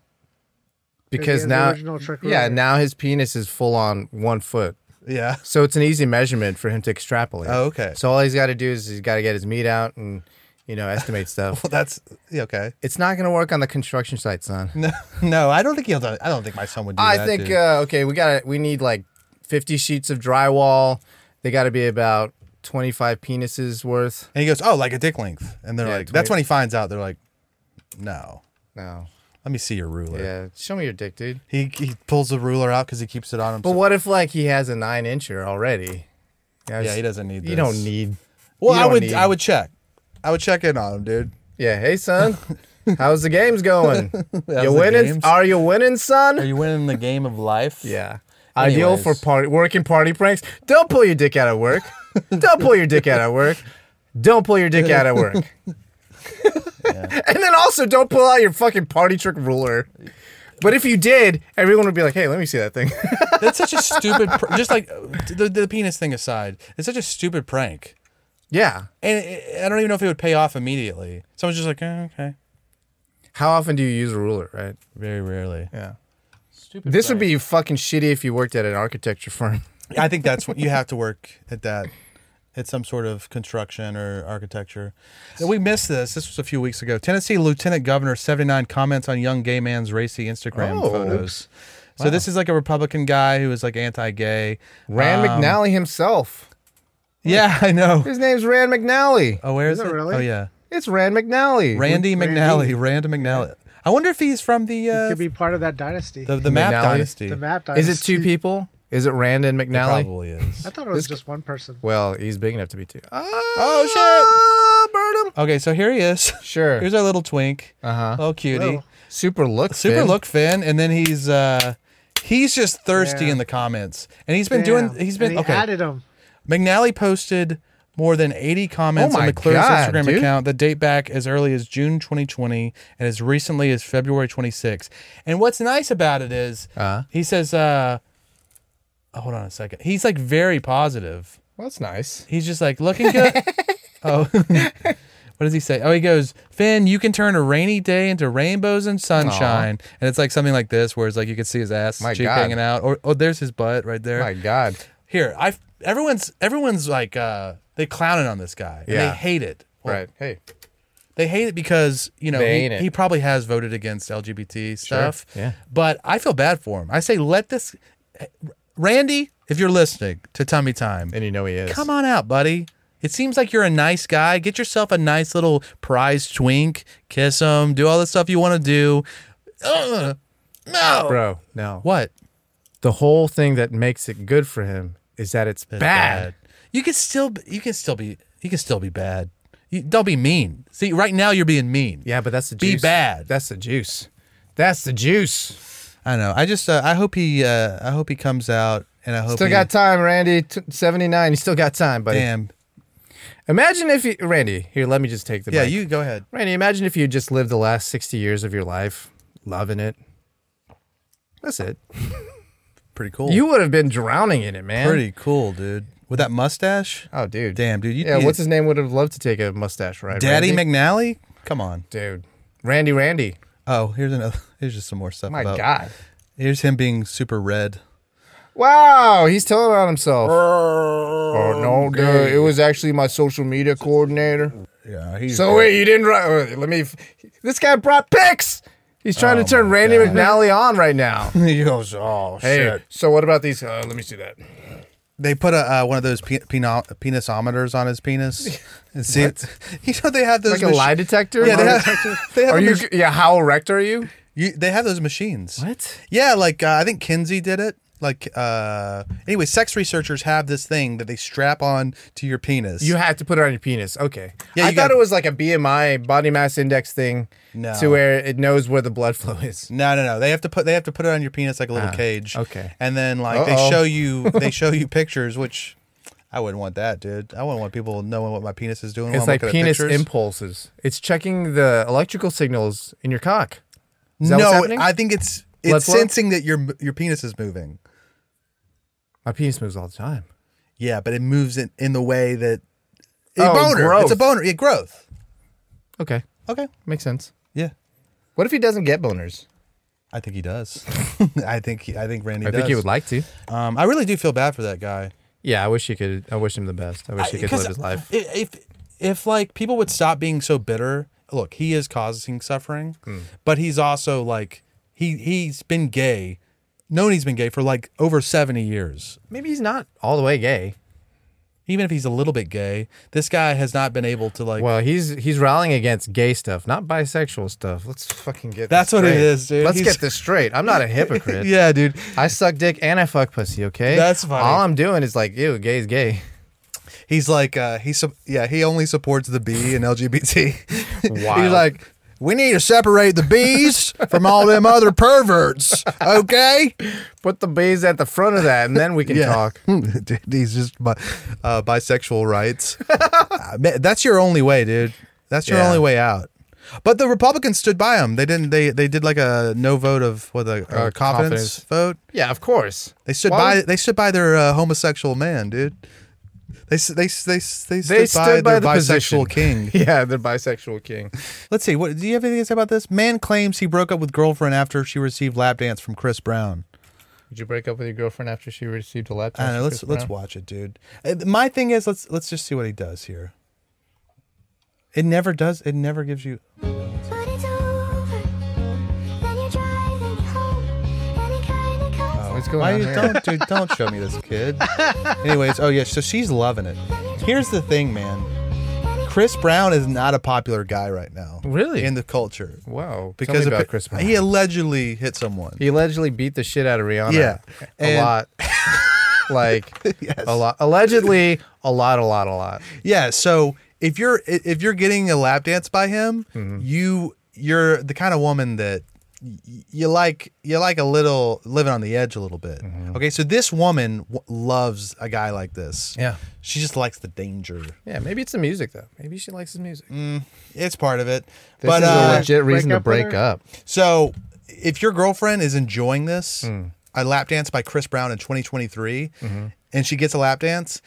S2: Because
S3: the
S2: now,
S3: original trick
S2: yeah,
S3: ruler.
S2: now his penis is full on one foot,
S1: Yeah.
S2: so it's an easy measurement for him to extrapolate.
S1: Oh, okay.
S2: So all he's got to do is he's got to get his meat out and you know estimate stuff.
S1: Well, that's yeah, okay.
S2: it's not gonna work on the construction site, son.
S1: No, no, I don't think he'll. Do, I don't think my son would do
S2: I
S1: that.
S2: think
S1: dude.
S2: uh, okay, we got to we need like fifty sheets of drywall. They got to be about twenty five penises worth.
S1: and he goes, "Oh, like a dick length," and they're
S2: Yeah,
S1: like,
S2: twenty-
S1: "That's when he finds out." They're like, "No,
S2: No,
S1: let me see your ruler."
S2: yeah, show me your dick, dude.
S1: He he pulls the ruler out because he keeps it on him.
S2: But what if like he has a nine incher already?
S1: Yeah, he doesn't need
S2: You don't
S1: this.
S2: need.
S1: Well,
S2: you
S1: I
S2: don't
S1: would
S2: need-
S1: I would check. I would check in on him, dude.
S2: Yeah, hey son, how's the games going? you
S1: the
S2: winning?
S1: games?
S2: Are you winning, son?
S1: you winning the game of life?
S2: yeah. Ideal for
S1: Anyways.
S2: party working party pranks. Don't pull your dick out of work. don't pull your dick out of work. Don't pull your dick out of work. and then also don't pull out your fucking party trick ruler. But if you did, everyone would be like, "Hey, let me see that thing."
S1: That's such a stupid. Pr- just like uh, the, the penis thing aside, it's such a stupid prank.
S2: yeah.
S1: And it, I don't even know if it would pay off immediately. Someone's just like, eh, okay,
S2: How often do you use a ruler, right?
S1: very rarely.
S2: Yeah. Stupid this would be fucking shitty if you worked at an architecture firm.
S1: I think that's what you have to work at that. At some sort of construction or architecture. And we missed this. This was a few weeks ago. Tennessee Lieutenant Governor 79 comments on young gay man's racy Instagram
S2: Oh.
S1: photos. So this is like a Republican guy who is like anti-gay. Um,
S2: Rand McNally himself.
S1: Yeah, I know.
S2: His name's Rand McNally.
S1: Oh, where is,
S3: it
S1: it?
S3: really?
S1: Oh, yeah.
S2: It's Rand McNally.
S1: Randy McNally. Randy McNally. I wonder if he's from the uh,
S3: could be part of that dynasty.
S1: the, the Map
S2: McNally?
S1: Dynasty.
S3: The map
S2: Is
S3: dynasty.
S2: it two people? Is it Rand and McNally?
S1: Probably is.
S3: I thought it was just one person.
S2: Well, he's big enough to be two.
S1: Oh,
S2: Oh, burn him.
S1: Okay, so here he is.
S2: Sure.
S1: Here's our little twink.
S2: Uh-huh.
S1: Little cutie.
S3: Little.
S2: Super look.
S1: Super
S2: Finn.
S1: look Finn, and then he's uh he's just thirsty
S3: Yeah.
S1: in the comments. And he's been
S3: Damn.
S1: doing he's been
S3: And he
S1: okay.
S3: added them.
S1: McNally posted more than 80 comments
S2: Oh
S1: on
S2: my
S1: McClure's
S2: God,
S1: Instagram
S2: dude.
S1: account that date back as early as June 2020 and as recently as February 26. And what's nice about it is
S2: Uh-huh.
S1: he says, uh, oh, hold on a second. He's like very positive.
S2: Well, that's nice.
S1: He's just like looking good. oh, what does he say? Oh, he goes, Finn, you can turn a rainy day into rainbows and sunshine. And it's like something like this, where it's like you can see his ass
S2: My
S1: cheek
S2: God.
S1: hanging out, or oh, there's his butt right there.
S2: My God.
S1: Here, I everyone's everyone's like uh they clowning on this guy. And
S2: Yeah.
S1: they hate it. Well,
S2: Right. Hey.
S1: They hate it because you know
S2: They
S1: he,
S2: hate it.
S1: he probably has voted against LGBT stuff.
S2: yeah.
S1: But I feel bad for him. I say let this, Randy, if you're listening to Tummy Time,
S2: And you know he is.
S1: come on out, buddy. It seems like you're a nice guy. Get yourself a nice little prize twink. Kiss him. Do all the stuff you want to do. Ugh. no.
S2: Bro, no.
S1: What?
S2: The whole thing that makes it good for him is that it's bad.
S1: You can still. b- You can still be. You can still be bad. You, don't be mean. See, right now you're being mean.
S2: Yeah, but that's the
S1: Be
S2: juice.
S1: bad.
S2: That's the juice. That's the juice.
S1: I know. I just. Uh, I hope he. Uh, I hope he comes out, and I hope.
S2: Still
S1: he,
S2: got time, Randy. T- 79. You still got time, buddy.
S1: Damn.
S2: Imagine if you, Randy, here, let me just take the
S1: Yeah,
S2: mic.
S1: you go ahead.
S2: Randy, imagine if you just lived the last 60 years of your life loving it. That's it.
S1: Pretty cool.
S2: You would have been drowning in it, man.
S1: pretty cool, dude. With that mustache,
S2: Oh, dude.
S1: Damn, dude, you'd
S2: Yeah,
S1: be-
S2: what's his name would have loved to take a mustache ride?
S1: Daddy
S2: Randy?
S1: McNally. Come on.
S2: Dude. Randy Randy.
S1: Oh, here's another. Here's just some more stuff.
S2: My
S1: about-
S2: God.
S1: Here's him being super red.
S2: Wow, he's telling on himself. oh, no, dude. It was actually my social media coordinator.
S1: Yeah. He's
S2: So wait, you didn't write. wait, Let me. f- This guy brought pics. He's trying
S1: Oh
S2: to turn
S1: my
S2: Randy
S1: God.
S2: McNally on right now.
S1: he goes, oh
S2: hey,
S1: shit.
S2: so what about these? Uh, let me see that.
S1: They put a uh, one of those pe- peno- penisometers on his penis. And see, you know they have those
S2: Like a
S1: machi-
S2: lie detector.
S1: Yeah, they
S2: Lie
S1: have,
S2: detector?
S1: they have
S2: Are
S1: a
S2: you?
S1: mach-
S2: Yeah, how erect are you?
S1: you- they have those machines.
S2: What?
S1: Yeah, like uh, I think Kinsey did it. Like uh anyway, sex researchers have this thing that they strap on to your penis.
S2: You have to put it on your penis. Okay.
S1: Yeah,
S2: I
S1: you
S2: thought
S1: gotta-
S2: it was like a BMI body mass index thing
S1: No.
S2: to where it knows where the blood flow is.
S1: no, no, no. They have to put they have to put it on your penis like a little
S2: Ah,
S1: cage.
S2: okay.
S1: And then like
S2: Uh-oh.
S1: they show you they show you pictures, which I wouldn't want that, dude. I wouldn't want people knowing what my penis is doing. while
S2: It's
S1: I'm
S2: like
S1: looking at
S2: penis
S1: pictures.
S2: impulses. It's checking the electrical signals in your cock. Is that
S1: no,
S2: what's happening?
S1: I think it's it's
S2: Blood flow?
S1: sensing that your your penis is moving.
S2: My penis moves all the time.
S1: Yeah, but it moves in, in the way that a
S2: Oh,
S1: boner.
S2: growth.
S1: It's a boner. Yeah, growth.
S2: Okay,
S1: Okay.
S2: makes sense.
S1: Yeah.
S2: What if he doesn't get boners?
S1: I think he does. I think he, I think Randy
S2: I
S1: does.
S2: think he would like to.
S1: Um, I really do feel bad for that guy.
S2: Yeah, I wish he could. I wish him the best. I wish he could live his life.
S1: If if like people would stop being so bitter. Look, he is causing suffering,
S2: Hmm.
S1: but he's also like he he's been gay. Known he's been gay for like over seventy years.
S2: Maybe he's not all the way gay.
S1: Even if he's a little bit gay, this guy has not been able to like.
S2: Well, he's he's rallying against gay stuff, not bisexual stuff. Let's fucking get.
S1: That's
S2: this
S1: what it
S2: straight.
S1: is, dude.
S2: Let's
S1: He's-
S2: get this straight. I'm not a hypocrite.
S1: yeah, dude.
S2: I suck dick and I fuck pussy. Okay,
S1: That's funny.
S2: All I'm doing is like, ew, gay's gay.
S1: He's like, uh, he sup- yeah, he only supports the B and LGBT.
S2: Wow.
S1: He's like, we need to separate the bees from all them other perverts, okay?
S2: Put the bees at the front of that, and then we can talk.
S1: Dude, he's just bi- uh, bisexual rights. Uh, man, That's your only way, dude. That's your
S2: Yeah.
S1: only way out. But the Republicans stood by him. They didn't. They they did like a no vote of what the uh,
S2: Uh,
S1: confidence,
S2: confidence.
S1: vote.
S2: Yeah, of course.
S1: They stood
S2: Why
S1: by.
S2: would-
S1: They stood by their uh, homosexual man, dude. They s- they s- they s- they stood,
S2: They stood by
S1: their
S2: the
S1: bisexual king.
S2: position. Yeah, they're bisexual king.
S1: Let's see. What do you have anything to say about this? Man claims he broke up with girlfriend after she received lap dance from Chris Brown.
S2: Did you break up with your girlfriend after she received a laptop?
S1: I don't know. Let's let's watch it, dude. Uh, My thing is, let's let's just see what he does here. It never does. It never gives you.
S7: But it's over. Then you drive, then you home, and it kinda comes.
S2: What's going
S1: Why
S2: on
S1: you
S2: here?
S1: don't dude, don't show me this kid. Anyways, oh yeah, so she's loving it. Here's the thing, man. Chris Brown is not a popular guy right now.
S2: Really?
S1: In the culture.
S2: Wow.
S1: Because
S2: about
S1: appa-
S2: Chris Brown.
S1: he allegedly hit someone.
S2: He allegedly beat the shit out of Rihanna.
S1: Yeah.
S2: a
S1: And-
S2: lot. like a lot. Allegedly, a lot, a lot, a lot.
S1: Yeah. So if you're i- if you're getting a lap dance by him,
S2: Mm-hmm.
S1: you you're the kind of woman that y- you like you like a little living on the edge a little bit.
S2: Mm-hmm.
S1: Okay. So this woman w- loves a guy like this.
S2: Yeah.
S1: She just likes the danger.
S2: Yeah, maybe it's the music though. Maybe she likes his music.
S1: It's part of it.
S2: This
S1: but
S2: is
S1: uh,
S2: a legit
S3: break
S2: reason to
S3: up with
S2: break
S3: her?
S2: up.
S1: so if your girlfriend is enjoying this,
S2: Hmm.
S1: a lap dance by Chris Brown in 2023,
S2: Mm-hmm.
S1: and she gets a lap dance,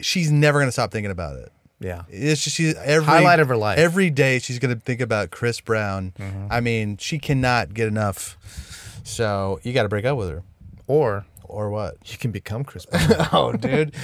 S1: she's never gonna stop thinking about it.
S2: Yeah.
S1: It's just she's every
S2: Highlight of her life.
S1: Every day she's gonna think about Chris Brown. I mean, she cannot get enough. So you got to break up with her,
S2: Or
S1: or what?
S2: you can become Chris Brown.
S1: Oh, dude,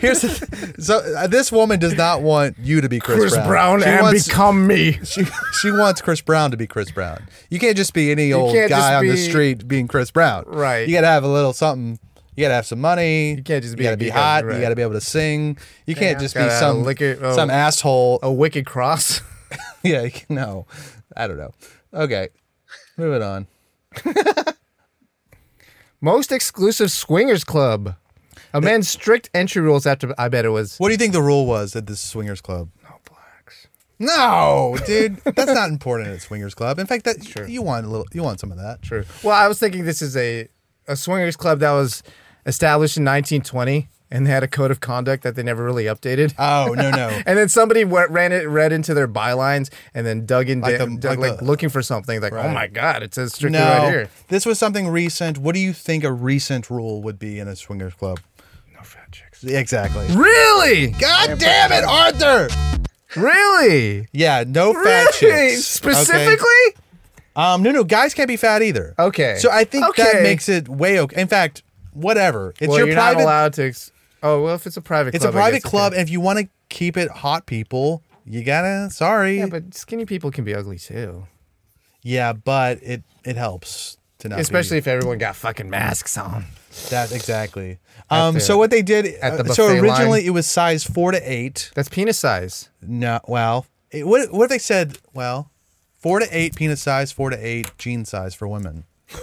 S1: Here's the th- so uh, this woman does not want you to be Chris,
S2: Chris Brown
S1: She
S2: and
S1: wants-
S2: become me.
S1: she she wants Chris Brown to be Chris Brown. You can't just be any old
S2: can't
S1: guy
S2: just
S1: on the
S2: be-
S1: street being Chris Brown.
S2: Right.
S1: You gotta have a little something. You gotta have some money. You
S2: can't just be
S1: You
S2: a
S1: gotta be
S2: geek,
S1: hot.
S2: right.
S1: You gotta be able to sing. You can't just be
S2: Gotta
S1: some
S2: lick it- oh.
S1: some asshole.
S2: A wicked cross.
S1: Yeah. you- No. I don't know. Okay. Moving on.
S2: Most exclusive swingers club. Amend strict entry rules after I bet it was
S1: What do you think the rule was at this swingers club? No, dude, that's not important at swingers club. In fact, that you want a little, you want some of that.
S2: True. Well, I was thinking this is a, a swingers club that was established in 1920 and they had a code of conduct that they never really updated.
S1: Oh no, no.
S2: and then somebody went, ran it, read into their bylines, and then dug in,
S1: Like the-
S2: dug,
S1: like
S2: like,
S1: the-
S2: looking for something. Like,
S1: Right.
S2: oh my god, it says strictly
S1: no,
S2: right here.
S1: this was something recent. What do you think a recent rule would be in a swingers club?
S2: No fat chicks.
S1: Exactly.
S2: Really?
S1: God damn it, Arthur!
S2: Really?
S1: Yeah, no fat
S2: Really?
S1: chicks.
S2: Specifically?
S1: Okay? Um, no, no, guys can't be fat either.
S2: Okay.
S1: So I think that
S2: Okay.
S1: makes it way okay. In fact, whatever. It's
S2: Well,
S1: your
S2: you're
S1: private.
S2: not allowed to. Ex- oh well, if it's a private,
S1: it's
S2: club,
S1: a
S2: I
S1: private
S2: guess it's
S1: club,
S2: okay.
S1: and if you want to keep it hot, people, you gotta. Sorry.
S2: Yeah, but skinny people can be ugly too.
S1: Yeah, but it it helps to not be-
S2: Especially if everyone got fucking masks on.
S1: that exactly. Um,
S2: the-
S1: so what they did
S2: at the
S1: uh, so
S2: buffet line.
S1: originally it was size four to eight.
S2: That's penis size.
S1: No, well, it, what what if they said well, four to eight penis size, four to eight jean size for women.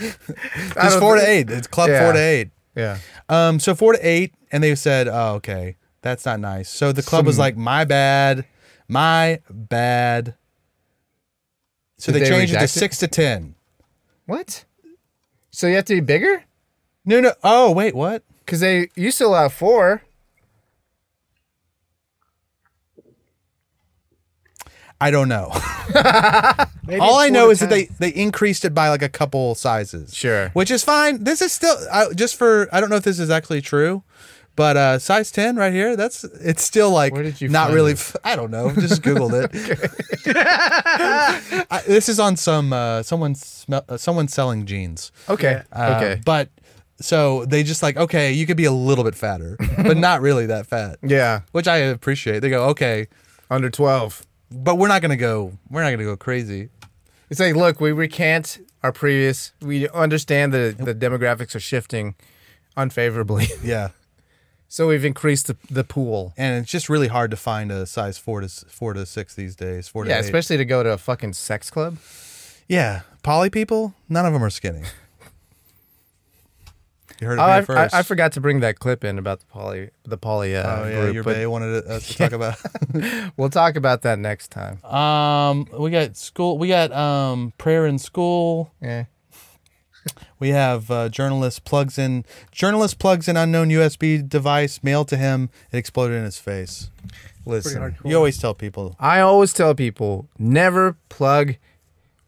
S1: It's
S2: don't
S1: four to
S2: thi-
S1: eight. It's club
S2: Yeah.
S1: four to eight.
S2: Yeah.
S1: Um, so four to eight, and they said, oh okay, that's not nice. So the club was
S2: Hmm.
S1: like, my bad, my bad. So
S2: Did
S1: they
S2: they
S1: changed it to
S2: redact it?
S1: six to ten.
S2: What? So you have to be bigger?
S1: No, no. Oh wait, what?
S2: Because they used to allow four.
S1: I don't know.
S3: Maybe
S1: All
S3: it's
S1: I know
S3: four
S1: is
S3: to
S1: that
S3: ten.
S1: they they increased it by like a couple sizes.
S2: Sure.
S1: Which is fine. This is still I, just for I don't know if this is actually true, but uh size 10 right here, that's it's still like
S2: Where did you
S1: not
S2: find
S1: really
S2: this?
S1: f- I don't know. Just googled it. I, this is on some uh someone smell uh, someone selling jeans.
S2: Okay.
S1: Uh,
S2: okay.
S1: But so they just like okay, you could be a little bit fatter, but not really that fat.
S2: yeah.
S1: Which I appreciate. They go, "Okay,
S2: Under 12.
S1: but we're not going to go we're not going to go crazy."
S2: It's like, look, we recant our previous. We understand that the demographics are shifting unfavorably.
S1: Yeah.
S2: so we've increased the, the pool.
S1: and it's just really hard to find a size four to s- four to six these days. Four to
S2: Yeah,
S1: eight.
S2: especially to go to a fucking sex club.
S1: yeah, poly people. None of them are skinny. You heard it
S2: Oh,
S1: here
S2: I, I,
S1: first.
S2: I forgot to bring that clip in about the poly, the poly uh,
S1: Oh yeah,
S2: group,
S1: your
S2: but
S1: bae wanted us to talk about.
S2: we'll talk about that next time.
S1: um, we got school. We got um prayer in school.
S2: yeah.
S1: We have uh, journalist plugs in journalist plugs in unknown USB device mailed to him. It exploded in his face.
S2: Listen,
S1: You always tell people.
S2: I always tell people never plug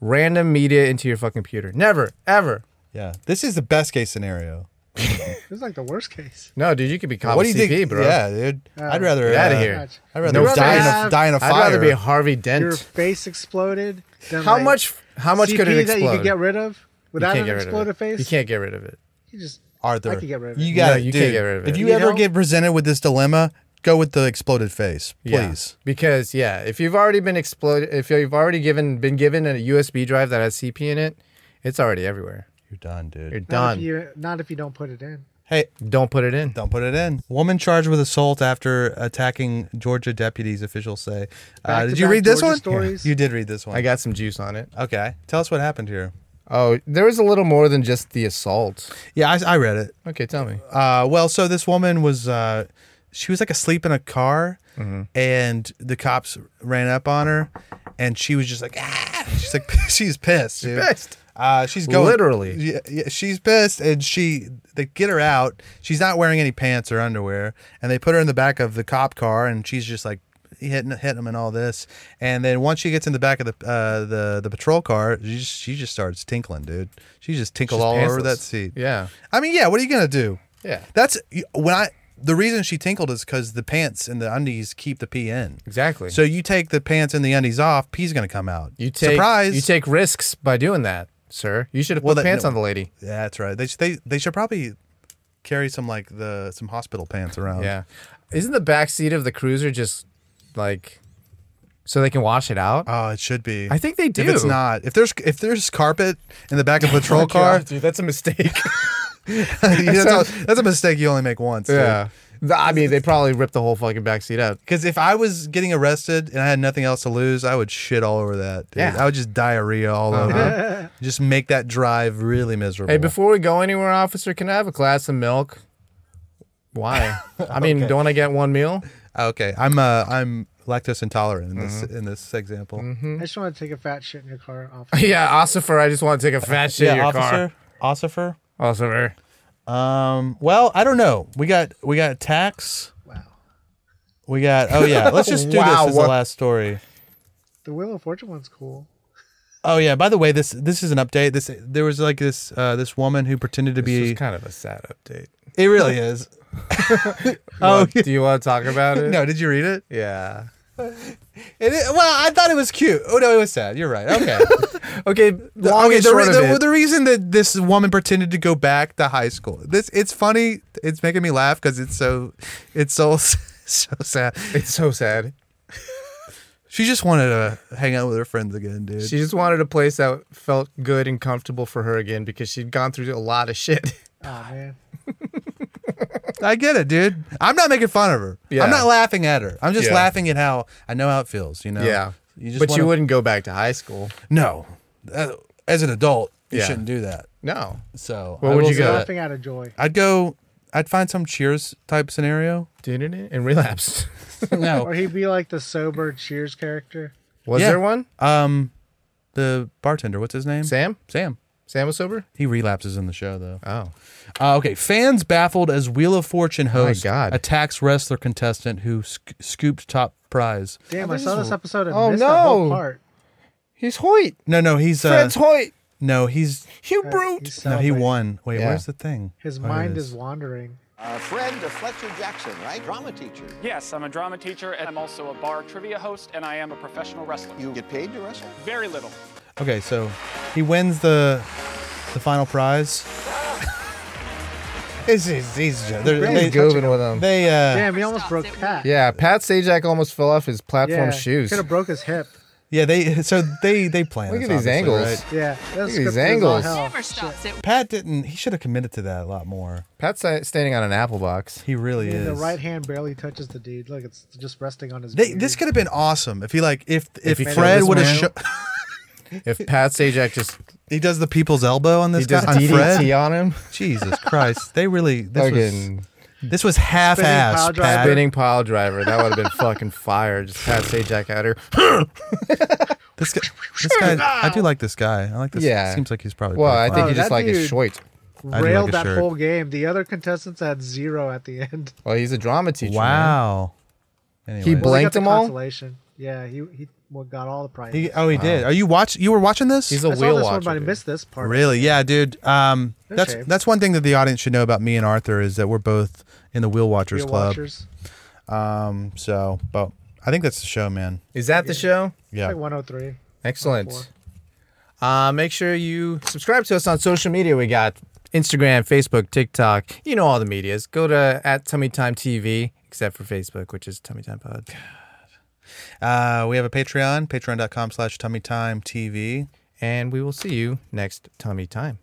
S2: random media into your fucking computer. Never, ever.
S1: Yeah, this is the best case scenario.
S3: This is like the worst case.
S2: No, dude, you could be caught
S1: what do
S2: with
S1: you
S2: CP,
S1: think,
S2: bro.
S1: Yeah, dude. I'd rather
S2: Get out of
S1: uh,
S2: here.
S1: I'd rather
S2: No
S1: die, in a,
S3: fire.
S1: die in a
S2: I'd
S1: fire.
S2: rather be Harvey Dent.
S3: Your face exploded. then,
S2: how
S3: like,
S2: much? How much
S3: CP
S2: could it
S3: that
S2: explode?
S3: you could get rid of
S2: You
S3: without
S2: can't
S3: an
S2: get rid of
S3: exploded
S2: it.
S3: face?
S2: You can't get rid of it.
S3: You just
S1: Arthur.
S3: I could get rid of it.
S1: You got
S2: No,
S1: it,
S2: you
S1: dude.
S2: can't get rid of it.
S1: If you,
S3: You
S1: ever
S3: know?
S1: get presented with this dilemma, go with the exploded face,
S2: Yeah.
S1: please.
S2: because yeah, if you've already been exploded, if you've already given been given a USB drive that has CP in it, it's already everywhere.
S1: You're done, dude.
S2: You're
S3: not
S2: done.
S3: if, you, not if you don't put it in.
S1: hey,
S2: Don't put it in.
S1: don't put it in. Woman charged with assault after attacking Georgia deputies, officials say. Uh,
S3: Back
S1: did
S3: to
S1: you
S3: back
S1: read this
S3: Georgia
S1: one?
S3: stories.
S1: You did read this one.
S2: I got some juice on it.
S1: okay. Tell us what happened here.
S2: Oh, there was a little more than just the assault.
S1: Yeah, I, I read it.
S2: Okay, tell me.
S1: Uh, well, so this woman was, uh, she was like asleep in a car,
S2: Mm-hmm.
S1: and the cops ran up on her, and she was just like, ah, she's like, she's pissed, dude.
S2: pissed.
S1: Uh, she's going
S2: Literally.
S1: Yeah, yeah, she's pissed, and she they get her out. She's not wearing any pants or underwear, and they put her in the back of the cop car, and she's just like hitting hitting them and all this. And then once she gets in the back of the uh, the the patrol car, she just, she just starts tinkling, dude. She just tinkled all over
S2: pantsless.
S1: that seat.
S2: Yeah.
S1: I mean, yeah. What are you gonna do?
S2: Yeah.
S1: That's when I. The reason she tinkled is because the pants and the undies keep the pee in.
S2: Exactly.
S1: So you take the pants and the undies off, pee's gonna come out.
S2: You take
S1: surprise.
S2: You take risks by doing that, sir. You should have put
S1: Well, that-
S2: pants
S1: no.
S2: on the lady.
S1: Yeah, that's right. They sh- they they should probably carry some like the some hospital pants around.
S2: Yeah. Um, Isn't the back seat of the cruiser just like so they can wash it out?
S1: Oh, it should be.
S2: I think they do. Oh
S1: If it's not, if there's if there's carpet in the back of a patrol car,
S2: dude, that's a mistake.
S1: that's, a, that's a mistake you only make once.
S2: yeah. I mean, they probably ripped the whole fucking back seat out.
S1: Because if I was getting arrested and I had nothing else to lose, I would shit all over that. Dude.
S2: Yeah. Uh-huh.
S1: I would just diarrhea all over. it. just make that drive really miserable.
S2: Hey, before we go anywhere, officer, can I have a glass of milk? Why? I mean, don't I get one meal?
S1: okay, I'm uh, I'm lactose intolerant in this
S2: Mm-hmm.
S1: in this example.
S3: I just want to take a fat shit in your car. Off.
S2: yeah, officer, I just want to take a fat shit in your car.
S1: officer, officer.
S2: Officer.
S1: Um, well, I don't know. We got we got tax.
S3: Wow.
S1: We got oh yeah. Let's just do
S2: Wow,
S1: this as
S2: what-
S1: the last story.
S3: The Wheel of Fortune one's cool.
S1: Oh yeah. By the way, this this is an update. This there was like this uh, this woman who pretended to
S2: This
S1: be.
S2: is kind of a sad update.
S1: it really is.
S2: Oh, do you want to talk about it?
S1: No, did you read it?
S2: Yeah.
S1: It is, well, I thought it was cute. Oh no, it was sad. You're right. Okay.
S2: Okay.
S1: The-
S2: Long and
S1: the,
S2: short
S1: re-
S2: of
S1: the-
S2: it.
S1: the reason that this woman pretended to go back to high school. This it's funny. It's making me laugh because it's so it's so so sad.
S2: it's so sad.
S1: She just wanted to hang out with her friends again, dude.
S2: She just wanted a place that felt good and comfortable for her again because she'd gone through a lot of shit.
S3: Oh man.
S1: I get it, dude. I'm not making fun of her.
S2: Yeah.
S1: I'm not laughing at her. I'm just
S2: Yeah.
S1: laughing at how I know how it feels. You know. You just
S2: but
S1: wanna-
S2: you wouldn't go back to high school.
S1: no. Uh, as an adult, you
S2: Yeah.
S1: shouldn't do that.
S2: No.
S1: So
S2: Where
S1: I
S2: would
S1: will
S2: you
S1: say
S2: go?
S1: that.
S3: Laughing out of joy.
S1: I'd go. I'd find some Cheers type scenario.
S2: Didn't it? And relapsed.
S1: no.
S3: Or he'd be like the sober Cheers character.
S2: Was
S1: Yeah.
S2: there one?
S1: Um, the bartender. What's his name?
S2: Sam?
S1: Sam.
S2: Sam was sober?
S1: He relapses in the show though.
S2: Oh.
S1: Uh, okay, fans baffled as Wheel of Fortune host
S2: God.
S1: attacks wrestler contestant who sc- scooped top prize.
S3: Damn, I, saw this episode and
S2: Oh,
S3: missed that whole
S2: no.
S3: part.
S2: He's Hoyt.
S1: No, no, he's uh,
S2: Hoyt.
S1: no, he's
S2: You
S3: Uh, He's
S1: no, he
S3: celebrating.
S1: won. Wait,
S2: Yeah.
S1: where's the thing?
S3: His
S1: Oh, here it
S3: mind is wandering.
S8: A friend of Fletcher Jackson, right? Drama teacher.
S9: Yes, I'm a drama teacher and I'm also a bar trivia host and I am a professional wrestler.
S8: You get paid to wrestle?
S9: Very little.
S1: Okay, so he wins the the final prize. it's, it's, he's ju- they're-
S2: He's
S1: they,
S2: goofing with him.
S1: they, uh,
S3: Damn, he almost broke Pat.
S2: Yeah, Pat Sajak almost fell off his platform
S3: yeah.
S2: shoes.
S3: Could have broke his hip.
S1: yeah, they so they they plan.
S2: Look at
S1: this,
S2: these
S1: obviously,
S2: angles.
S1: right?
S3: Yeah. That was
S2: Look at these
S3: scripted as all
S2: angles.
S3: hell.
S10: Never stops at
S1: Pat didn't. He should have committed to that a lot more.
S2: Pat's sta- standing on an apple box.
S1: He really
S3: And
S1: is.
S3: the right hand barely touches the dude. Look, it's just resting on his.
S1: They,
S3: beard.
S1: this could have been awesome if he like if if,
S2: Mm-hmm. he killed
S1: Fred
S2: this
S1: would have
S2: man.
S1: sho-
S2: If Pat Sajak just
S1: he does the people's elbow on this
S2: he does
S1: guy on Fred.
S2: DDT on him,
S1: Jesus Christ, they really this was
S2: fucking
S1: this was
S3: pile
S1: half-assed.
S3: driver.
S1: Pat.
S2: spinning pile driver, that would have been fucking fire. Just Pat Sajak at her.
S1: This guy, this guy, I do like this guy. I like this.
S2: Yeah.
S1: Seems like he's probably.
S2: Well, I
S1: pretty
S2: think
S1: funny.
S2: he just
S3: that
S2: like his
S3: dude-
S2: Schweitz.
S1: do
S3: railed
S1: like a
S3: that
S1: shirt.
S3: whole game. The other contestants had zero at the end.
S2: Well, he's a drama teacher. man.
S1: wow. Anyway.
S2: bl- Blanked
S3: he got the
S2: them all?
S3: Consolation. Yeah, he he well, got all the prizes.
S1: He- oh, he did. Are you watch? You were watching this?
S2: He's
S3: I
S2: a
S3: saw
S2: wheel
S3: this
S2: watcher.
S3: one, but I
S2: dude.
S3: missed this part.
S1: Really? Yeah, dude. Um,
S3: No
S1: that's
S3: shame.
S1: that's one thing that the audience should know about me and Arthur is that we're both in the Wheel Watchers
S3: Wheel
S1: Club.
S3: Watchers.
S1: Um, so, but I think that's the show, man.
S2: Is that the show?
S1: Yeah.
S3: Like 103.
S2: Excellent. Uh, make sure you subscribe to us on social media. We got Instagram, Facebook, TikTok. You know all the medias. Go to at Tummy Time TV, except for Facebook, which is Tummy Time Pod.
S1: Uh, we have a Patreon, patreon.com slash tummy time TV.
S2: And we will see you next Tummy Time.